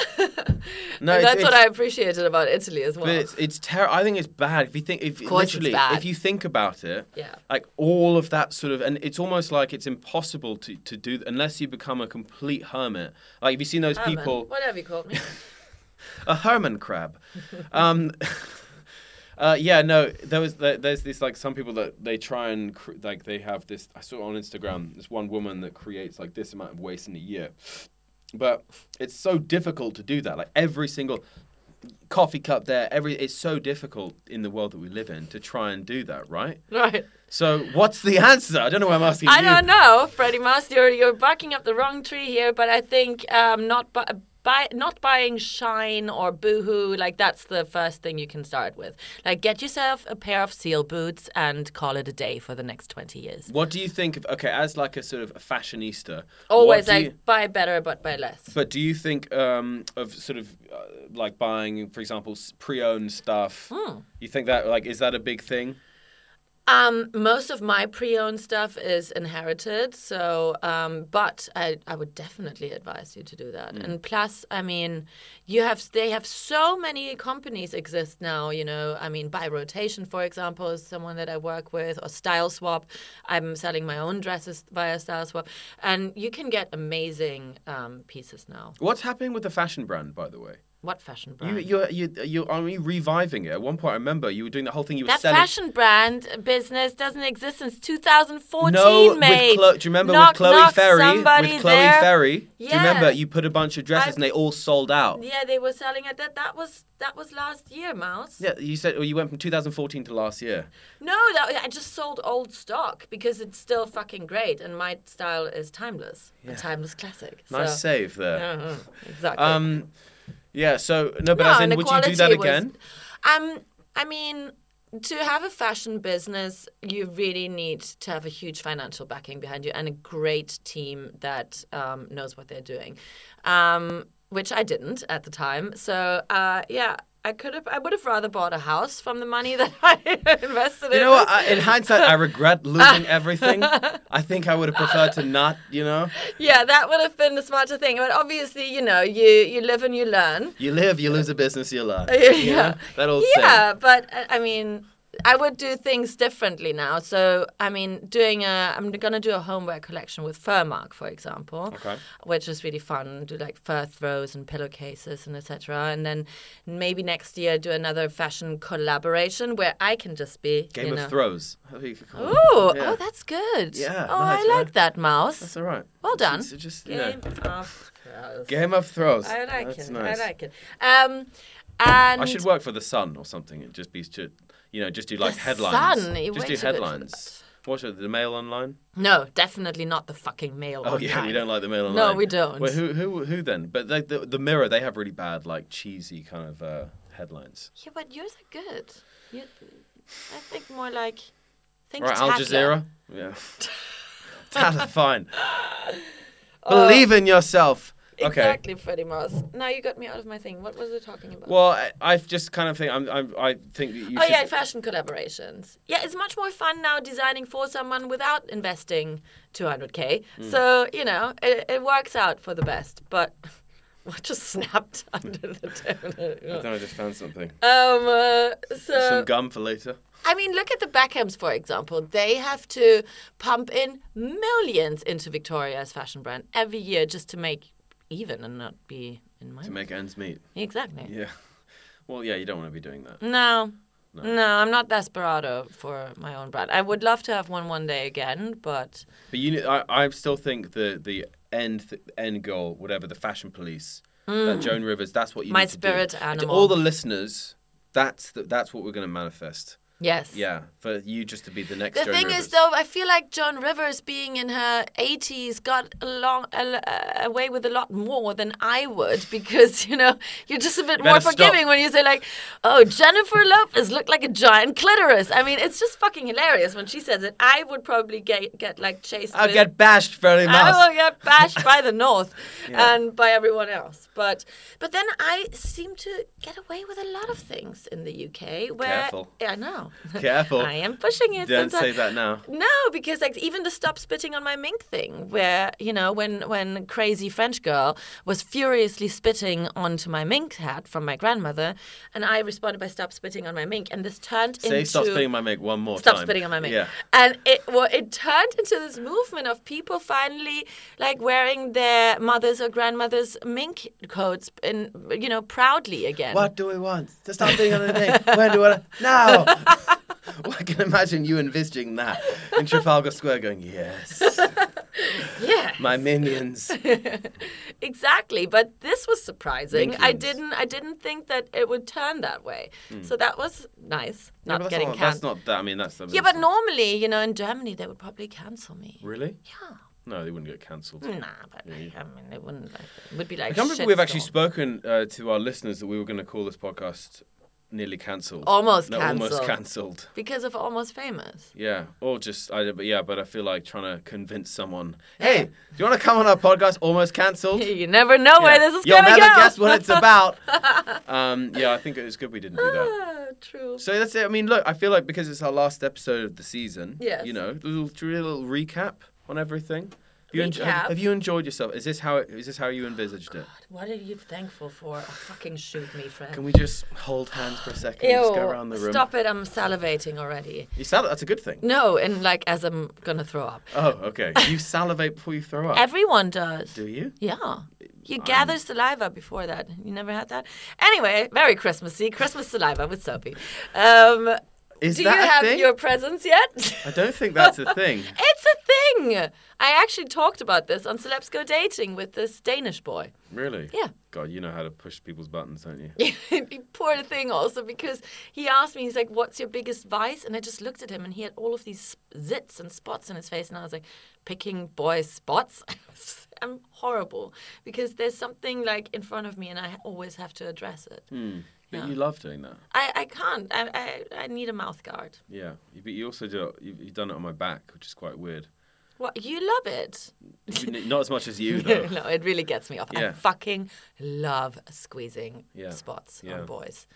S4: No,
S5: And
S4: it's-
S5: that's what
S4: it's-
S5: I appreciated about Italy as well.
S4: But it's it's ter- I think it's bad if you think if
S5: course it's
S4: literally
S5: bad.
S4: if you think about it.
S5: Yeah.
S4: Like all of that sort of and it's almost like it's impossible to to do unless you become a complete hermit. Like have you seen those
S5: Herman,
S4: people
S5: Whatever you called me.
S4: a herman crab. um Uh, yeah, no. There was there, there's this like some people that they try and cr- like they have this. I saw it on Instagram this one woman that creates like this amount of waste in a year, but it's so difficult to do that. Like every single coffee cup there, every it's so difficult in the world that we live in to try and do that, right?
S5: right.
S4: So what's the answer? I don't know why I'm asking.
S5: I
S4: you.
S5: don't know, Freddie Mass. You're you're barking up the wrong tree here, but I think um, not bu- buy not buying Shine or Boohoo like that's the first thing you can start with. Like get yourself a pair of seal boots and call it a day for the next twenty years.
S4: What do you think of okay as like a sort of a fashionista? what
S5: Always
S4: do
S5: like
S4: you-
S5: buy better but buy less.
S4: But do you think um, of sort of uh, like buying, for example, s- pre-owned stuff?
S5: Hmm.
S4: You think that like is that a big thing?
S5: Um, most of my pre-owned stuff is inherited, so um, but I, I would definitely advise you to do that. And plus, I mean, you have they have so many companies exist now. You know, I mean, by rotation, for example, is someone that I work with, or Style Swap. I'm selling my own dresses via Style Swap, and you can get amazing um, pieces now.
S4: What's happening with the fashion brand, by the way?
S5: What fashion brand?
S4: You you're, you you are you reviving it? At one point, I remember you were doing the whole thing. You were
S5: That
S4: selling.
S5: fashion brand business doesn't exist since 2014,
S4: no,
S5: mate.
S4: with Chloe, do you remember
S5: Knock,
S4: with Chloe
S5: knock,
S4: Ferry?
S5: somebody
S4: With Chloe
S5: there.
S4: Ferry, do you remember
S5: Yeah.
S4: you put a bunch of dresses
S5: I've-
S4: and they all sold out?
S5: Yeah, they were selling it. That that was that was last year, Mouse.
S4: Yeah, you said well, you went from 2014 to last year.
S5: No, that, I just sold old stock because it's still fucking great, and my style is timeless, a timeless classic.
S4: Nice
S5: so.
S4: save there.
S5: Mhm, exactly.
S4: Um, yeah. So no, but
S5: No,
S4: as in,
S5: and the
S4: would you do that
S5: quality was-
S4: again?
S5: Um, I mean, to have a fashion business, you really need to have a huge financial backing behind you and a great team that um, knows what they're doing, um, which I didn't at the time. So uh, yeah. I could have. I would have rather bought a house from the money that I invested in.
S4: You know what?
S5: this.
S4: I, in hindsight, I regret losing everything. I think I would have preferred to not, you know?
S5: yeah, that would have been the smarter thing. But obviously, you know, you you live and you learn.
S4: You live, you lose a business, you learn.
S5: Yeah,
S4: You know? That old
S5: yeah,
S4: saying.
S5: but uh, I mean, I would do things differently now. So I mean, doing a, I'm gonna do a homeware collection with Furmark, for example, okay. which is really fun. Do like fur throws and pillowcases and etc. And then maybe next year do another fashion collaboration where I can just be
S4: Game
S5: you
S4: of
S5: know.
S4: Thrones. How do you call it?
S5: Ooh,
S4: Yeah.
S5: oh, that's good.
S4: Yeah,
S5: Oh,
S4: nice,
S5: I
S4: right?
S5: like that mouse.
S4: That's all right.
S5: Well done.
S4: It's just, you know,
S5: Game of Thrones.
S4: Game of Thrones.
S5: I like
S4: That's
S5: it.
S4: Nice.
S5: I like it. Um, and
S4: I should work for The Sun or something. It just be, to, you know, just do like
S5: The
S4: headlines.
S5: Sun, it
S4: just
S5: works
S4: do
S5: a bit for
S4: headlines. Watch it, the Mail Online?
S5: No, definitely not the fucking mail.
S4: Oh, yeah, we don't like the Mail
S5: No,
S4: Online.
S5: we don't.
S4: Well, who, who, who then? But like the, the Mirror, they have really bad, like cheesy kind of uh, headlines.
S5: Yeah, but yours are good. You, I think more like. Think
S4: Right, Al
S5: Tatler.
S4: Jazeera. Yeah. Tatler, fine. Believe in yourself. Okay.
S5: Exactly, Freddie Moss. Now you got me out of my thing. What was I talking about?
S4: Well, I, I just kind of think I'm, I'm I think that you
S5: oh
S4: should.
S5: yeah, fashion collaborations. Yeah, it's much more fun now designing for someone without investing 200k.
S4: Hmm.
S5: So you know, it, it works out for the best. But what just snapped under the
S4: I
S5: table?
S4: don't know, I just found something.
S5: Um, uh, so
S4: Some gum for later.
S5: I mean, look at the Beckhams, for example. They have to pump in millions into Victoria's fashion brand every year just to make even and not be in
S4: To
S5: my
S4: make ends meet.
S5: exactly.
S4: Yeah. Well, yeah, you don't want to be doing that.
S5: No. no, I'm not desperado for my own brand. I would love to have one one day again, but
S4: But you, know, I, I still think the the end th- end goal, whatever the fashion police, that Joan Rivers, that's what you.
S5: Hmm. My
S4: need to do.
S5: spirit
S4: And to
S5: animal.
S4: all the listeners, that's the, that's what we're going to manifest.
S5: yes,
S4: Yeah, for you just to be the next.
S5: The
S4: Joan
S5: thing
S4: Rivers.
S5: is, though, I feel like Joan Rivers, being in her 80s, got along a- a- away with a lot more than I would because, you know, you're just a bit more
S4: better stop.
S5: forgiving when you say, like, oh, Jennifer Lopez looked like a giant clitoris. I mean, it's just fucking hilarious when she says it. I would probably get, get like, chased.
S4: I'll
S5: with-
S4: get bashed very much.
S5: I will get bashed by the North and by everyone else. But but then I seem to get away with a lot of things in the UK. Where
S4: Careful.
S5: Yeah, I know. now.
S4: Careful.
S5: I am pushing it.
S4: Don't say
S5: sometimes.
S4: that now.
S5: No, because like even the stop spitting on my mink thing, where you know when when crazy French girl was furiously spitting onto my mink hat from my grandmother, and I responded by stop spitting on my mink, and this turned
S4: Say
S5: into
S4: stop spitting my mic one more
S5: stop
S4: time.
S5: spitting on my mink.
S4: Yeah.
S5: And it well, it turned into this movement of people finally like wearing their mothers or grandmothers mink coats and you know proudly again.
S4: What do we want? To stop being on the thing. When do we want to? Now! Well, I can imagine you envisaging that in Trafalgar Square going, yes,
S5: Yeah.
S4: my minions.
S5: Exactly, but this was surprising. I
S4: Minkins.
S5: didn't I didn't think that it would turn that way. So that was nice. Not
S4: Hmm. that's,
S5: getting
S4: not, "Oh, that's
S5: cancelled.
S4: not that. I mean, that's the.
S5: yeah, but normally, you know, in Germany they would probably cancel me.
S4: Really? Yeah. No, they wouldn't get cancelled.
S5: Nah, but like, I mean, they wouldn't. Like, it would be like.
S4: I can't remember if we've actually
S5: shitstorm.
S4: spoken uh, to our listeners that we were going to call this podcast nearly cancelled.
S5: Almost
S4: no, Almost
S5: cancelled.
S4: cancelled.
S5: because of Almost Famous.
S4: Yeah, or just I but yeah, but I feel like trying to convince someone. Hey, do you want to come on our podcast? Almost cancelled.
S5: You never know where
S4: Yeah.
S5: this is
S4: You'll
S5: gonna
S4: never
S5: go.
S4: guess what it's about. um, yeah, I think it was good we didn't do that.
S5: Ah, True.
S4: So that's it. I mean, look, I feel like because it's our last episode of the season,
S5: Yes.
S4: you know, little do a little recap on everything. Have you, enjo- have,
S5: Recap?
S4: have you enjoyed yourself? Is this how it, is this how you envisaged it?
S5: What are you thankful for? Oh, fucking shoot me, friend.
S4: Can we just hold hands for a second? and just go around the room.
S5: stop it! I'm salivating already.
S4: You sal- that's a good thing.
S5: No, and like as I'm gonna throw up.
S4: Oh, okay. You salivate before you throw up.
S5: Everyone does.
S4: do you?
S5: Yeah.
S4: Um,
S5: You gather saliva before that. You never had that? Anyway, very Christmassy. Christmas saliva with Sophie. Um,
S4: Is
S5: do
S4: that
S5: you
S4: a
S5: have
S4: thing?
S5: your presents yet?
S4: I don't think that's a thing.
S5: it's a thing. I actually talked about this on Celebs Go Dating with this Danish boy.
S4: Really?
S5: Yeah.
S4: God, you know how to push people's buttons, don't you?
S5: Poor thing, also, because he asked me, he's like, What's your biggest vice? And I just looked at him and he had all of these zits and spots in his face. And I was like, Picking boys' spots? I'm horrible because there's something like in front of me and I ha- always have to address it.
S4: Hmm. But you love doing that.
S5: I, I can't. I, I, I need a mouth guard.
S4: Yeah. You- But you also do it. You've, you've done it on my back, which is quite weird.
S5: What you love it?
S4: You- Not as much as you, though.
S5: no, it really gets me off. I
S4: Yeah.
S5: fucking love squeezing
S4: Yeah.
S5: spots
S4: Yeah.
S5: on boys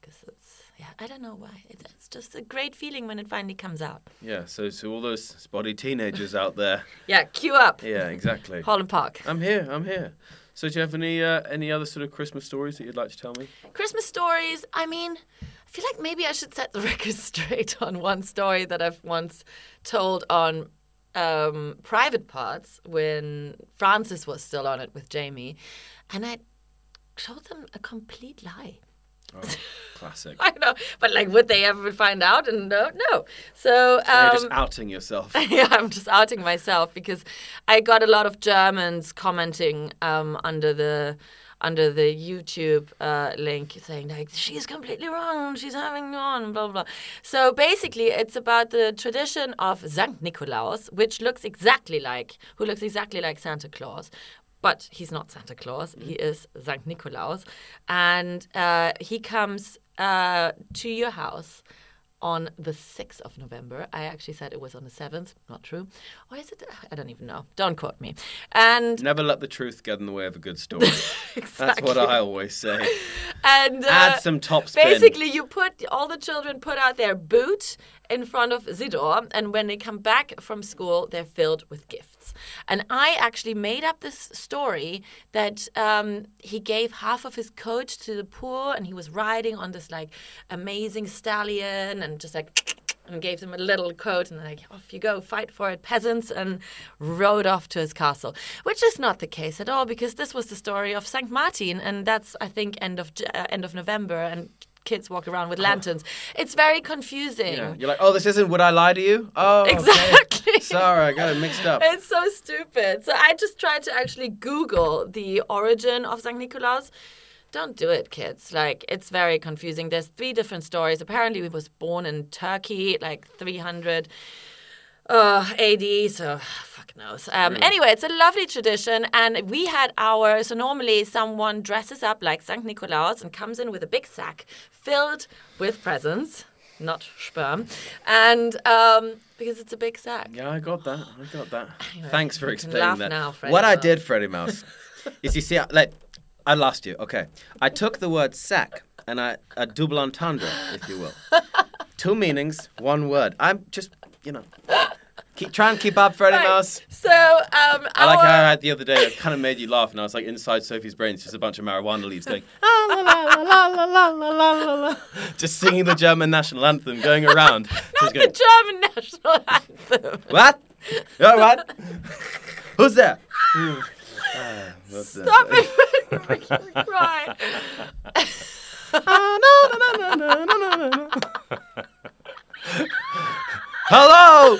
S5: because it's yeah. I don't know why. It, it's just a great feeling when it finally comes out.
S4: Yeah. So, so all those spotty teenagers out there.
S5: Yeah, queue up.
S4: Yeah, exactly.
S5: Holland Park.
S4: I'm here. I'm here. So, do you have any uh, any other sort of Christmas stories that you'd like to tell me?
S5: Christmas stories. I mean, I feel like maybe I should set the record straight on one story that I've once told on um, private parts when Francis was still on it with Jamie, and I told them a complete lie.
S4: Oh, Classic.
S5: I know, but like, would they ever find out? And no, no. So
S4: You're
S5: um,
S4: just outing yourself.
S5: yeah, I'm just outing myself because I got a lot of Germans commenting um, under the under the YouTube uh, link saying like she's completely wrong, she's having on blah blah. So basically, it's about the tradition of Sankt Nikolaus, which looks exactly like who looks exactly like Santa Claus. But he's not Santa Claus. He is Sankt Nikolaus, and uh, he comes uh, to your house on the 6th of November. I actually said it was on the 7th, not true. Or is it? I don't even know. Don't quote me. And
S4: Never let the truth get in the way of a good story. That's what I always say.
S5: and uh,
S4: Add some top spin.
S5: Basically, you put all the children put out their boot in front of the door, and when they come back from school, they're filled with gifts. And I actually made up this story that um, he gave half of his coat to the poor, and he was riding on this like amazing stallion, and just like. And gave them a little coat and like off you go, fight for it, peasants, and rode off to his castle, which is not the case at all because this was the story of Saint Martin, and that's I think end of J- uh, end of November, and kids walk around with lanterns. It's very confusing.
S4: Yeah, You're like, oh, this isn't Would I Lie to You? Oh, okay.
S5: Exactly.
S4: Sorry, I got it mixed up.
S5: It's so stupid. So I just tried to actually Google the origin of St. Nicholas. Don't do it, kids. Like, it's very confusing. There's three different stories. Apparently, he was born in Turkey, like 300 uh, AD, so fuck knows. Um, Anyway, it's a lovely tradition, and we had our. So normally, someone dresses up like St. Nicholas and comes in with a big sack filled with presents, not sperm, and um, because it's a big sack.
S4: Yeah, I got that. I got that. Thanks for explaining
S5: laugh
S4: that.
S5: now, Freddie
S4: what I
S5: Mouse.
S4: did, Freddie Mouse, is you see, I, like, I lost you. Okay, I took the word sack and I a double entendre, if you will. Two meanings, one word. I'm just, you know, keep trying to keep up, Freddie Mouse.
S5: So, um,
S4: I like
S5: our-
S4: how I had the other day. It kind of made you laugh, and I was like inside Sophie's brain, it's just a bunch of marijuana leaves going, "Ah, la, la, la, la, la, la, la, la, la," just singing the German national anthem, going around. Just going,
S5: the German national anthem.
S4: what? Oh, what? Who's there? Hmm. Ah, what's that?
S5: Stop it! Make me cry.
S4: Hello!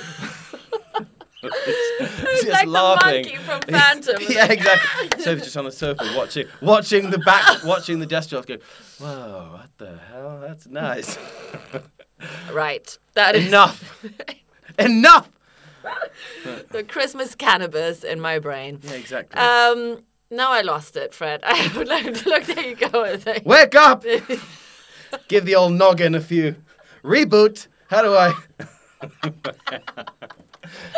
S5: It's
S4: just
S5: like
S4: laughing.
S5: the monkey from Phantom.
S4: yeah, exactly. Sophie's just on the sofa watching, watching the back, watching the desk jobs. Go, whoa, what the hell? That's nice.
S5: Right. That is
S4: Enough. Enough.
S5: the Christmas cannabis in my brain.
S4: Yeah, exactly.
S5: Um, now I lost it, Fred. I would like to look. There you go. It's like-
S4: Wake up! Give the old noggin a few. Reboot. How do I?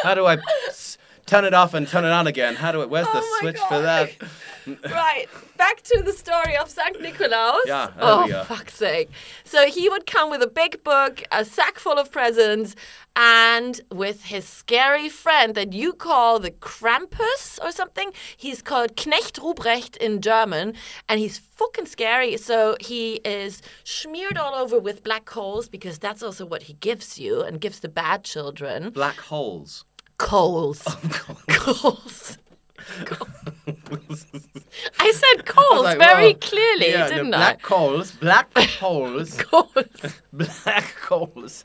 S4: How do I s- turn it off and turn it on again? How do I? Where's the
S5: Oh my
S4: switch for
S5: God.
S4: that?
S5: Right, back to the story of Saint Nicolaus.
S4: Yeah, there
S5: oh,
S4: we go.
S5: fuck's sake. So he would come with a big book, a sack full of presents, and with his scary friend that you call the Krampus or something. He's called Knecht Ruprecht in German, and he's fucking scary. So he is smeared all over with black coals because that's also what he gives you and gives the bad children.
S4: Black holes.
S5: Coals. coals. I said coals
S4: Like,
S5: very
S4: wow.
S5: clearly,
S4: Yeah, the
S5: didn't
S4: black coals. Black holes.
S5: I? Coals.
S4: black holes.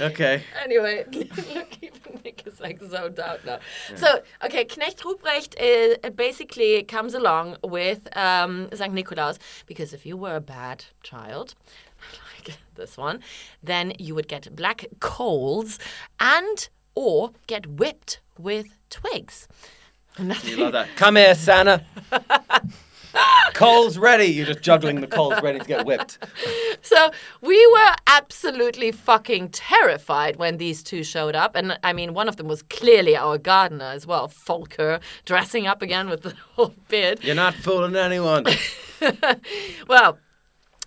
S4: Okay.
S5: anyway, look, even Nick is like zoned out now. So, okay, Knecht Ruprecht uh, basically comes along with um, St. Nicholas because if you were a bad child, like this one, then you would get black coals and or get whipped with twigs.
S4: You love that. Come here, Santa. coals ready. You're just juggling the coals, ready to get whipped.
S5: So we were absolutely fucking terrified when these two showed up. And I mean, one of them was clearly our gardener as well, Folker, dressing up again with the whole beard.
S4: You're not fooling anyone.
S5: Well,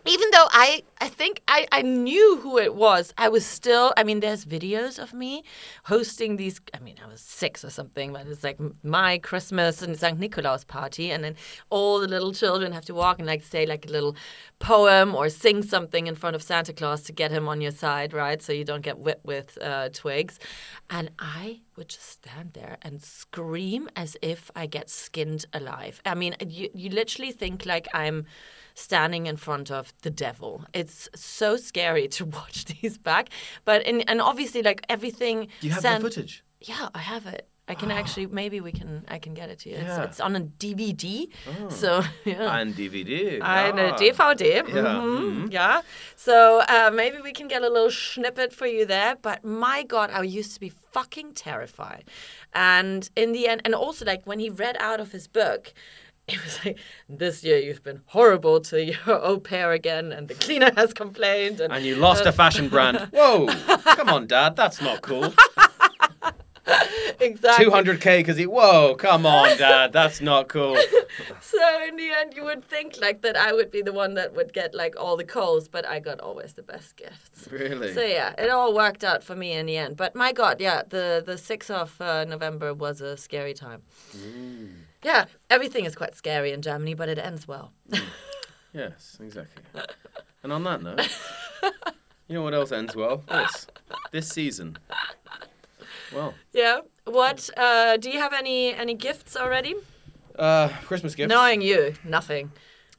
S5: even though I, I think I, I knew who it was, I was still, I mean, there's videos of me hosting these. I mean, I was six or something, but it's like my Christmas and St. Nicholas party. And then all the little children have to walk and like say like a little poem or sing something in front of Santa Claus to get him on your side, right? So you don't get whipped with uh, twigs. And I would just stand there and scream as if I get skinned alive. I mean, you, you literally think like I'm standing in front of the devil. It's so scary to watch these back. But and, and obviously like everything
S4: Do you have
S5: San-
S4: the footage? Ah.
S5: Yeah, I have it. I can actually maybe we can I can get it to you. It's,
S4: Yeah. Oh.
S5: it's on a DVD. So yeah.
S4: And DVD.
S5: Eine
S4: Ah.
S5: DVD. Yeah. Mm-hmm. yeah. So uh, maybe we can get a little snippet for you there. But my God, I used to be fucking terrified. And in the end, and also like when he read out of his book, it was like, this year you've been horrible to your au pair again, and the cleaner has complained. And,
S4: Ah. And you lost a fashion brand. Whoa! Come on, Dad. That's not cool.
S5: exactly.
S4: 200k because he. Whoa! Come on, Dad. That's not cool.
S5: So in the end, you would think like that I would be the one that would get like all the calls, but I got always the best gifts.
S4: Really?
S5: So yeah, it all worked out for me in the end. But my God, yeah, the the sixth of uh, November was a scary time.
S4: Mm.
S5: Yeah, everything is quite scary in Germany, but it ends well.
S4: Yes, exactly. And on that note, you know what else ends well? This. This season. Well,
S5: yeah. What uh, do you have any any gifts already?
S4: uh, Christmas gifts.
S5: Knowing you, nothing.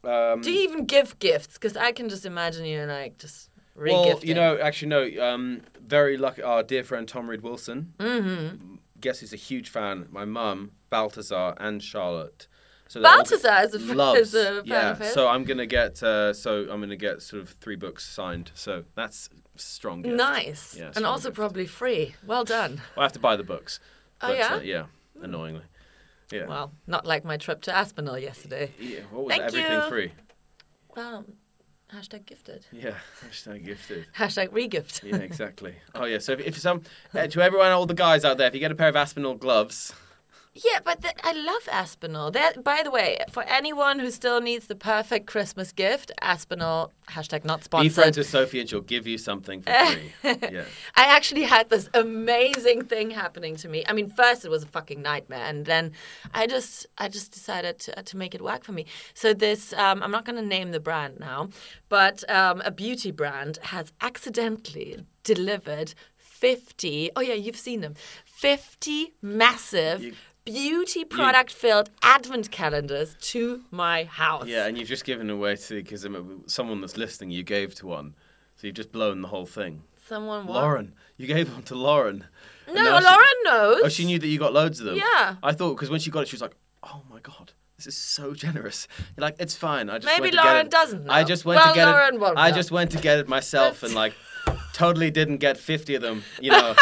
S4: Um,
S5: Do you even give gifts? Because I can just imagine you like just re
S4: well, you know, actually, no. Um, very lucky. Our dear friend Tom Reed Wilson. Mm-hmm. Guess who's a huge fan? My mum, Balthazar, and Charlotte. So they're all-
S5: Balthazar is a fr-
S4: loves.
S5: is a fan
S4: yeah.
S5: of his.
S4: So I'm gonna get. Uh, so I'm gonna get sort of three books signed. So that's strong. Gift.
S5: Nice.
S4: Yeah,
S5: and
S4: strong
S5: also
S4: gift.
S5: probably free. Well done.
S4: Well, I have to buy the books.
S5: Oh,
S4: but,
S5: yeah?
S4: Uh, yeah. Annoyingly. Yeah.
S5: Well, not like my trip to Aspinall yesterday.
S4: Yeah, what was it?
S5: Thank
S4: everything
S5: you.
S4: free?
S5: Well, hashtag gifted.
S4: Yeah, hashtag gifted.
S5: Hashtag regift.
S4: Yeah, exactly. oh yeah. So if, if some uh, to everyone, all the guys out there, if you get a pair of Aspinall gloves,
S5: Yeah, but the, I love Aspinall. That, by the way, for anyone who still needs the perfect Christmas gift, Aspinall hashtag not
S4: Be friends
S5: sponsored.
S4: with Sophie and she'll give you something for free. yeah.
S5: I actually had this amazing thing happening to me. I mean, first it was a fucking nightmare, and then I just I just decided to, to make it work for me. So this um, I'm not going to name the brand now, but um, a beauty brand has accidentally delivered 50. Oh yeah, you've seen them. 50 massive. Beauty product filled advent calendars to my house.
S4: Yeah, and you've just given away to because someone that's listening, you gave to one, so you've just blown the whole thing.
S5: Someone what?
S4: Lauren, you gave one to Lauren. And
S5: No,
S4: now she-
S5: Lauren knows.
S4: Oh, she knew that you got loads of them.
S5: Yeah.
S4: I thought because when she got it, she was like, "Oh my god, this is so generous." You're like, "It's fine." I just
S5: Maybe
S4: went to get
S5: Lauren
S4: it-
S5: doesn't
S4: I
S5: know.
S4: just went to
S5: Well,
S4: get it.
S5: Lauren won't
S4: I
S5: know.
S4: just went to get it myself and like, totally didn't get fifty of them. You know,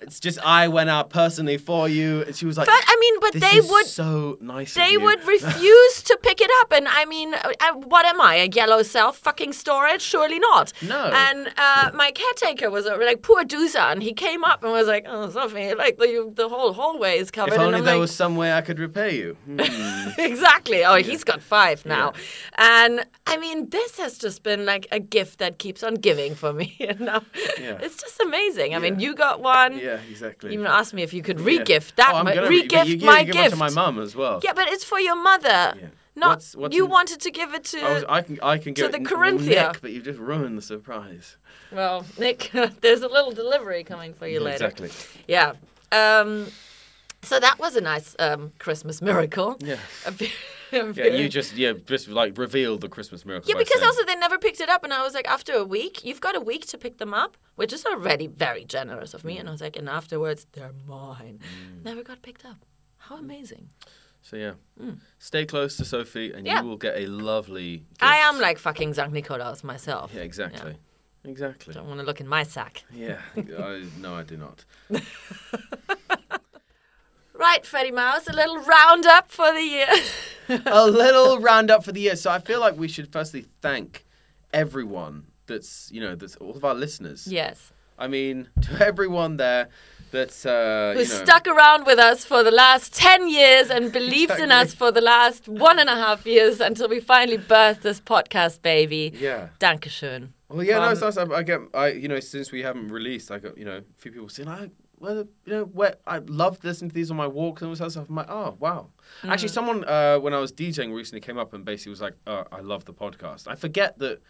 S4: it's just I went out personally for you, and she was like,
S5: But, I mean, but
S4: this
S5: they
S4: is
S5: would-
S4: so nice." of
S5: They
S4: you.
S5: would refuse to pick it up, and I mean, I, I- what am I, a yellow cell? Fucking storage? Surely not.
S4: No.
S5: And uh, my caretaker was uh, like poor Dusan. and he came up and was like, "Oh, Sophie, like the, the whole hallway is
S4: If
S5: covered." and
S4: only
S5: I'm
S4: there
S5: like,
S4: was some way I could repay you. Mm,
S5: exactly. Oh, he's got five now, and I mean, this has just been like a gift that keeps on giving for me. And now
S4: Yeah.
S5: it's just amazing. I mean, you got one.
S4: Yeah, exactly.
S5: Even asked me if you could regift
S4: Yeah.
S5: that.
S4: Oh, I'm
S5: mu-
S4: gonna re- but
S5: regift
S4: you, you
S5: my
S4: give
S5: gift.
S4: One to my mum as well.
S5: Yeah, but it's for your mother.
S4: Yeah.
S5: Not
S4: What's- what's
S5: you
S4: in-
S5: wanted to give it to.
S4: I, was, I can I can give
S5: the
S4: it n-
S5: Corinthia.
S4: Nick, but you just ruined the surprise.
S5: Well, Nick, there's a little delivery coming for you later.
S4: Exactly.
S5: Yeah. Um, so that was a nice um, Christmas miracle. Yeah.
S4: Yeah, you just yeah just like revealed the Christmas miracle.
S5: Yeah,
S4: by
S5: because
S4: saying-
S5: also they never picked it up, and I was like, after a week, you've got a week to pick them up, which is already very generous of
S4: Mm.
S5: me. And I was like, and afterwards, they're mine. Never got picked up.
S4: Mm.
S5: How amazing!
S4: So yeah, stay close to Sophie, and
S5: Mm. Yeah.
S4: you will get a lovely. Gift.
S5: I am like fucking St. Nicolaus myself.
S4: Yeah, exactly. Exactly.
S5: Don't want to look in my sack.
S4: Yeah. I, no, I do not.
S5: Right, Freddie Mouse, a little roundup for the year.
S4: a little roundup for the year. So I feel like we should firstly thank everyone that's you know that's all of our listeners.
S5: yes.
S4: I mean, to everyone there that's uh,
S5: Who
S4: you know,
S5: stuck around with us for the last 10 years and believed in us for the last one and a half years until we finally birthed this podcast baby.
S4: Yeah.
S5: Dankeschön.
S4: Well, yeah, no,
S5: from-
S4: it's nice. I, I get, I you know, since we haven't released, I got you know, a few people saying, I, well, you know, where I loved listening to these on my walks and all that stuff. I'm like, oh wow.
S5: Mm.
S4: Actually, someone uh, when I was DJing recently came up and basically was like, oh, I love the podcast. I forget that.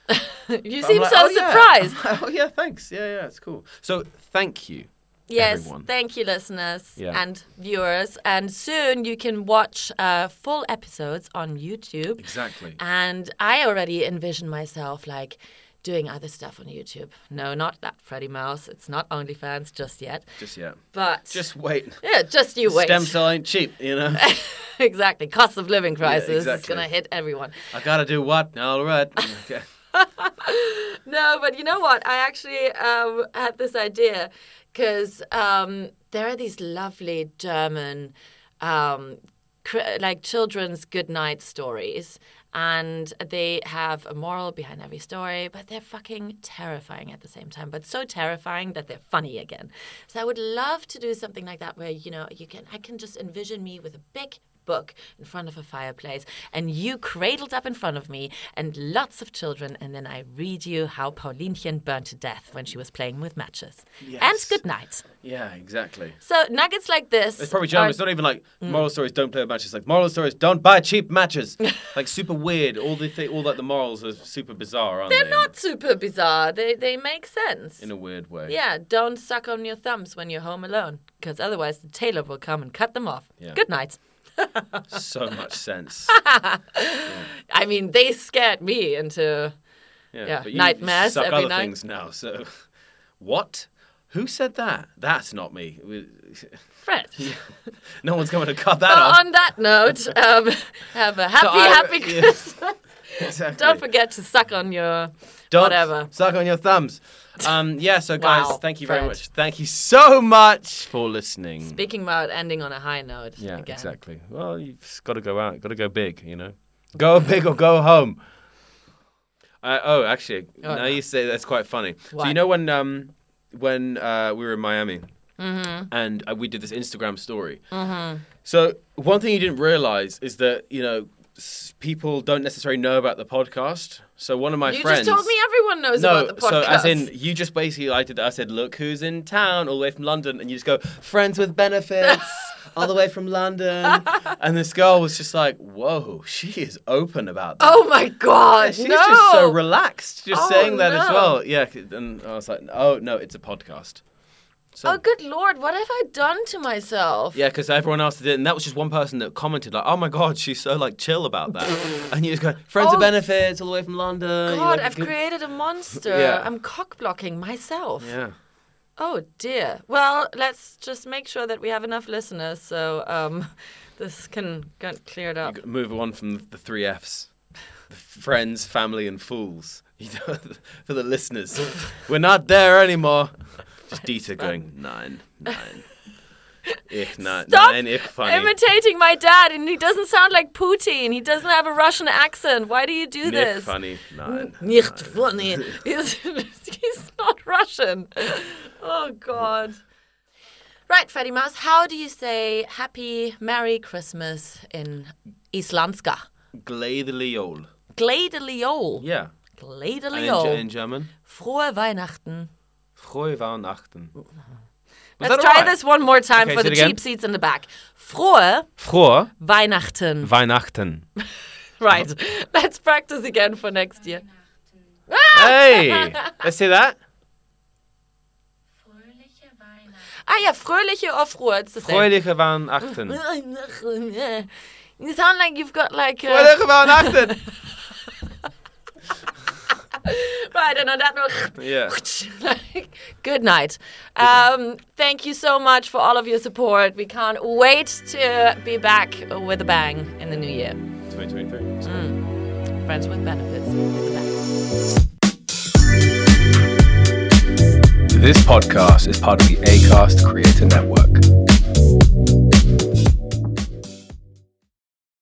S5: You
S4: I'm
S5: seem
S4: like,
S5: so
S4: "Oh, yeah."
S5: surprised.
S4: oh yeah, thanks. Yeah, yeah, it's cool. So thank you.
S5: Yes,
S4: everyone.
S5: thank you, listeners
S2: Yeah.
S5: and viewers. And soon you can watch uh, full episodes on YouTube.
S4: Exactly.
S5: Ah. And I already envision myself like doing other stuff on YouTube. No, not that Freddie Mouse. It's not OnlyFans just yet.
S4: Just yeah.
S5: But
S4: Just wait.
S5: yeah, just you wait.
S4: Stem cell ain't cheap, you know.
S5: exactly. Cost of living crisis is
S4: exactly.
S5: going to hit everyone.
S4: I gotta do what? All right. Okay.
S5: No, but you know what? I actually um, had this idea because um, there are these lovely German, um, cr- like children's good night stories, and they have a moral behind every story, but they're fucking terrifying at the same time. But so terrifying that they're funny again. So I would love to do something like that where you know you can I can just envision me with a big book in front of a fireplace and you cradled up in front of me and lots of children and then I read you how Paulinchen burned to death when she was playing with matches.
S4: Yes.
S5: And good night.
S4: Yeah, exactly.
S5: So nuggets like Hmm. this
S4: It's probably German.
S5: are-
S4: It's not even like moral stories. Don't play with matches. Like moral stories. Don't buy cheap matches. like super weird. All the thi- all like the morals are super bizarre, aren't
S5: they're
S4: they?
S5: not super bizarre. They they make sense.
S4: in a weird way.
S5: yeah, don't suck on your thumbs when you're home alone because otherwise the tailor will come and cut them off.
S4: Yeah.
S5: Good night.
S4: So much sense.
S5: I mean, they scared me into
S4: Yeah.
S5: Yeah,
S4: But you
S5: night mass
S4: suck
S5: every
S4: other
S5: night.
S4: things now. So, what? Who said that? That's not me. We-
S5: Fred.
S4: No one's going to cut that
S5: Well,
S4: off.
S5: on that note, um, have a happy,
S4: So I-
S5: happy
S4: yeah.
S5: Christmas.
S4: Exactly.
S5: Don't forget to suck on your
S4: Don't
S5: whatever.
S4: Suck on your thumbs. Um, yeah. So guys,
S5: Wow,
S4: thank you very
S5: Fred.
S4: much. Thank you so much for listening.
S5: Speaking about ending on a high note.
S4: Yeah,
S5: again.
S4: exactly. Well, you've got to go out, got to go big, you know. Go big or go home. Uh, oh, actually, now
S5: no.
S4: you say that's quite funny. So
S5: What?
S4: you know when um when uh, we were in Miami
S5: Mm-hmm.
S4: and uh, we did this Instagram story. So one thing you didn't realize is that you know s- people don't necessarily know about the podcast. So one of my
S5: you
S4: friends.
S5: just told me everyone knows
S4: no,
S5: about the podcast.
S4: so as in you just basically I did I said look who's in town all the way from London and you just go friends with benefits all the way from London and this girl was just like whoa she is open about that
S5: oh my god,
S4: she's
S5: no.
S4: just so relaxed just
S5: Oh,
S4: saying that as
S5: no.
S4: well yeah c- and I was like oh no it's a podcast so
S5: Oh good lord, what have I done to myself?
S4: Yeah, because everyone else did it, and that was just one person that commented like, "Oh my god, she's so like chill about that," and you just go, "Friends
S5: Oh.
S4: of benefits all the way from London." you
S5: God,
S4: know,
S5: I've
S4: good-
S5: created a monster.
S4: Yeah.
S5: I'm cock blocking myself.
S4: Yeah,
S5: Oh dear. Well, let's just make sure that we have enough listeners so um, this can get cleared up.
S4: G- move on from the three Fs: The friends, family, and fools. You know, for the listeners, we're not there anymore. Just Dieter going nine, nine, ich nine,
S5: Stop
S4: nine, ich funny.
S5: imitating my dad, and he doesn't sound like Putin. He doesn't have a Russian accent. Why do you do
S4: Nicht
S5: this?
S4: funny, nine.
S5: Nicht funny. he's, he's not Russian. Oh God. Right, Freddy Mouse. How do you say "Happy Merry Christmas" in Islandska?
S4: Glädeliol.
S5: Glädeliol.
S4: Yeah. And in, Ge- in
S5: Glädeliol.
S4: German,
S5: Frohe Weihnachten.
S4: Frohe Weihnachten. Was
S5: Let's
S4: that
S5: try
S4: alright?
S5: this one more time
S4: Okay,
S5: for
S4: say
S5: the
S4: it again.
S5: cheap seats in the back. Frohe
S4: Frohe
S5: Weihnachten.
S4: Weihnachten.
S5: Right. Let's practice again for next year.
S4: Hey, let's see that.
S5: Ah yeah, fröhliche or frohe. It's the same.
S4: Freudige Weihnachten.
S5: You sound like you've got like. uh,
S4: Freudige Weihnachten.
S5: right, and on that note,
S4: Yeah.
S5: like, good night. Um, thank you so much for all of your support. We can't wait to be back with a bang in the new year.
S4: 2023.
S5: Friends with benefits with a bang.
S2: This podcast is part of the Acast Creator Network.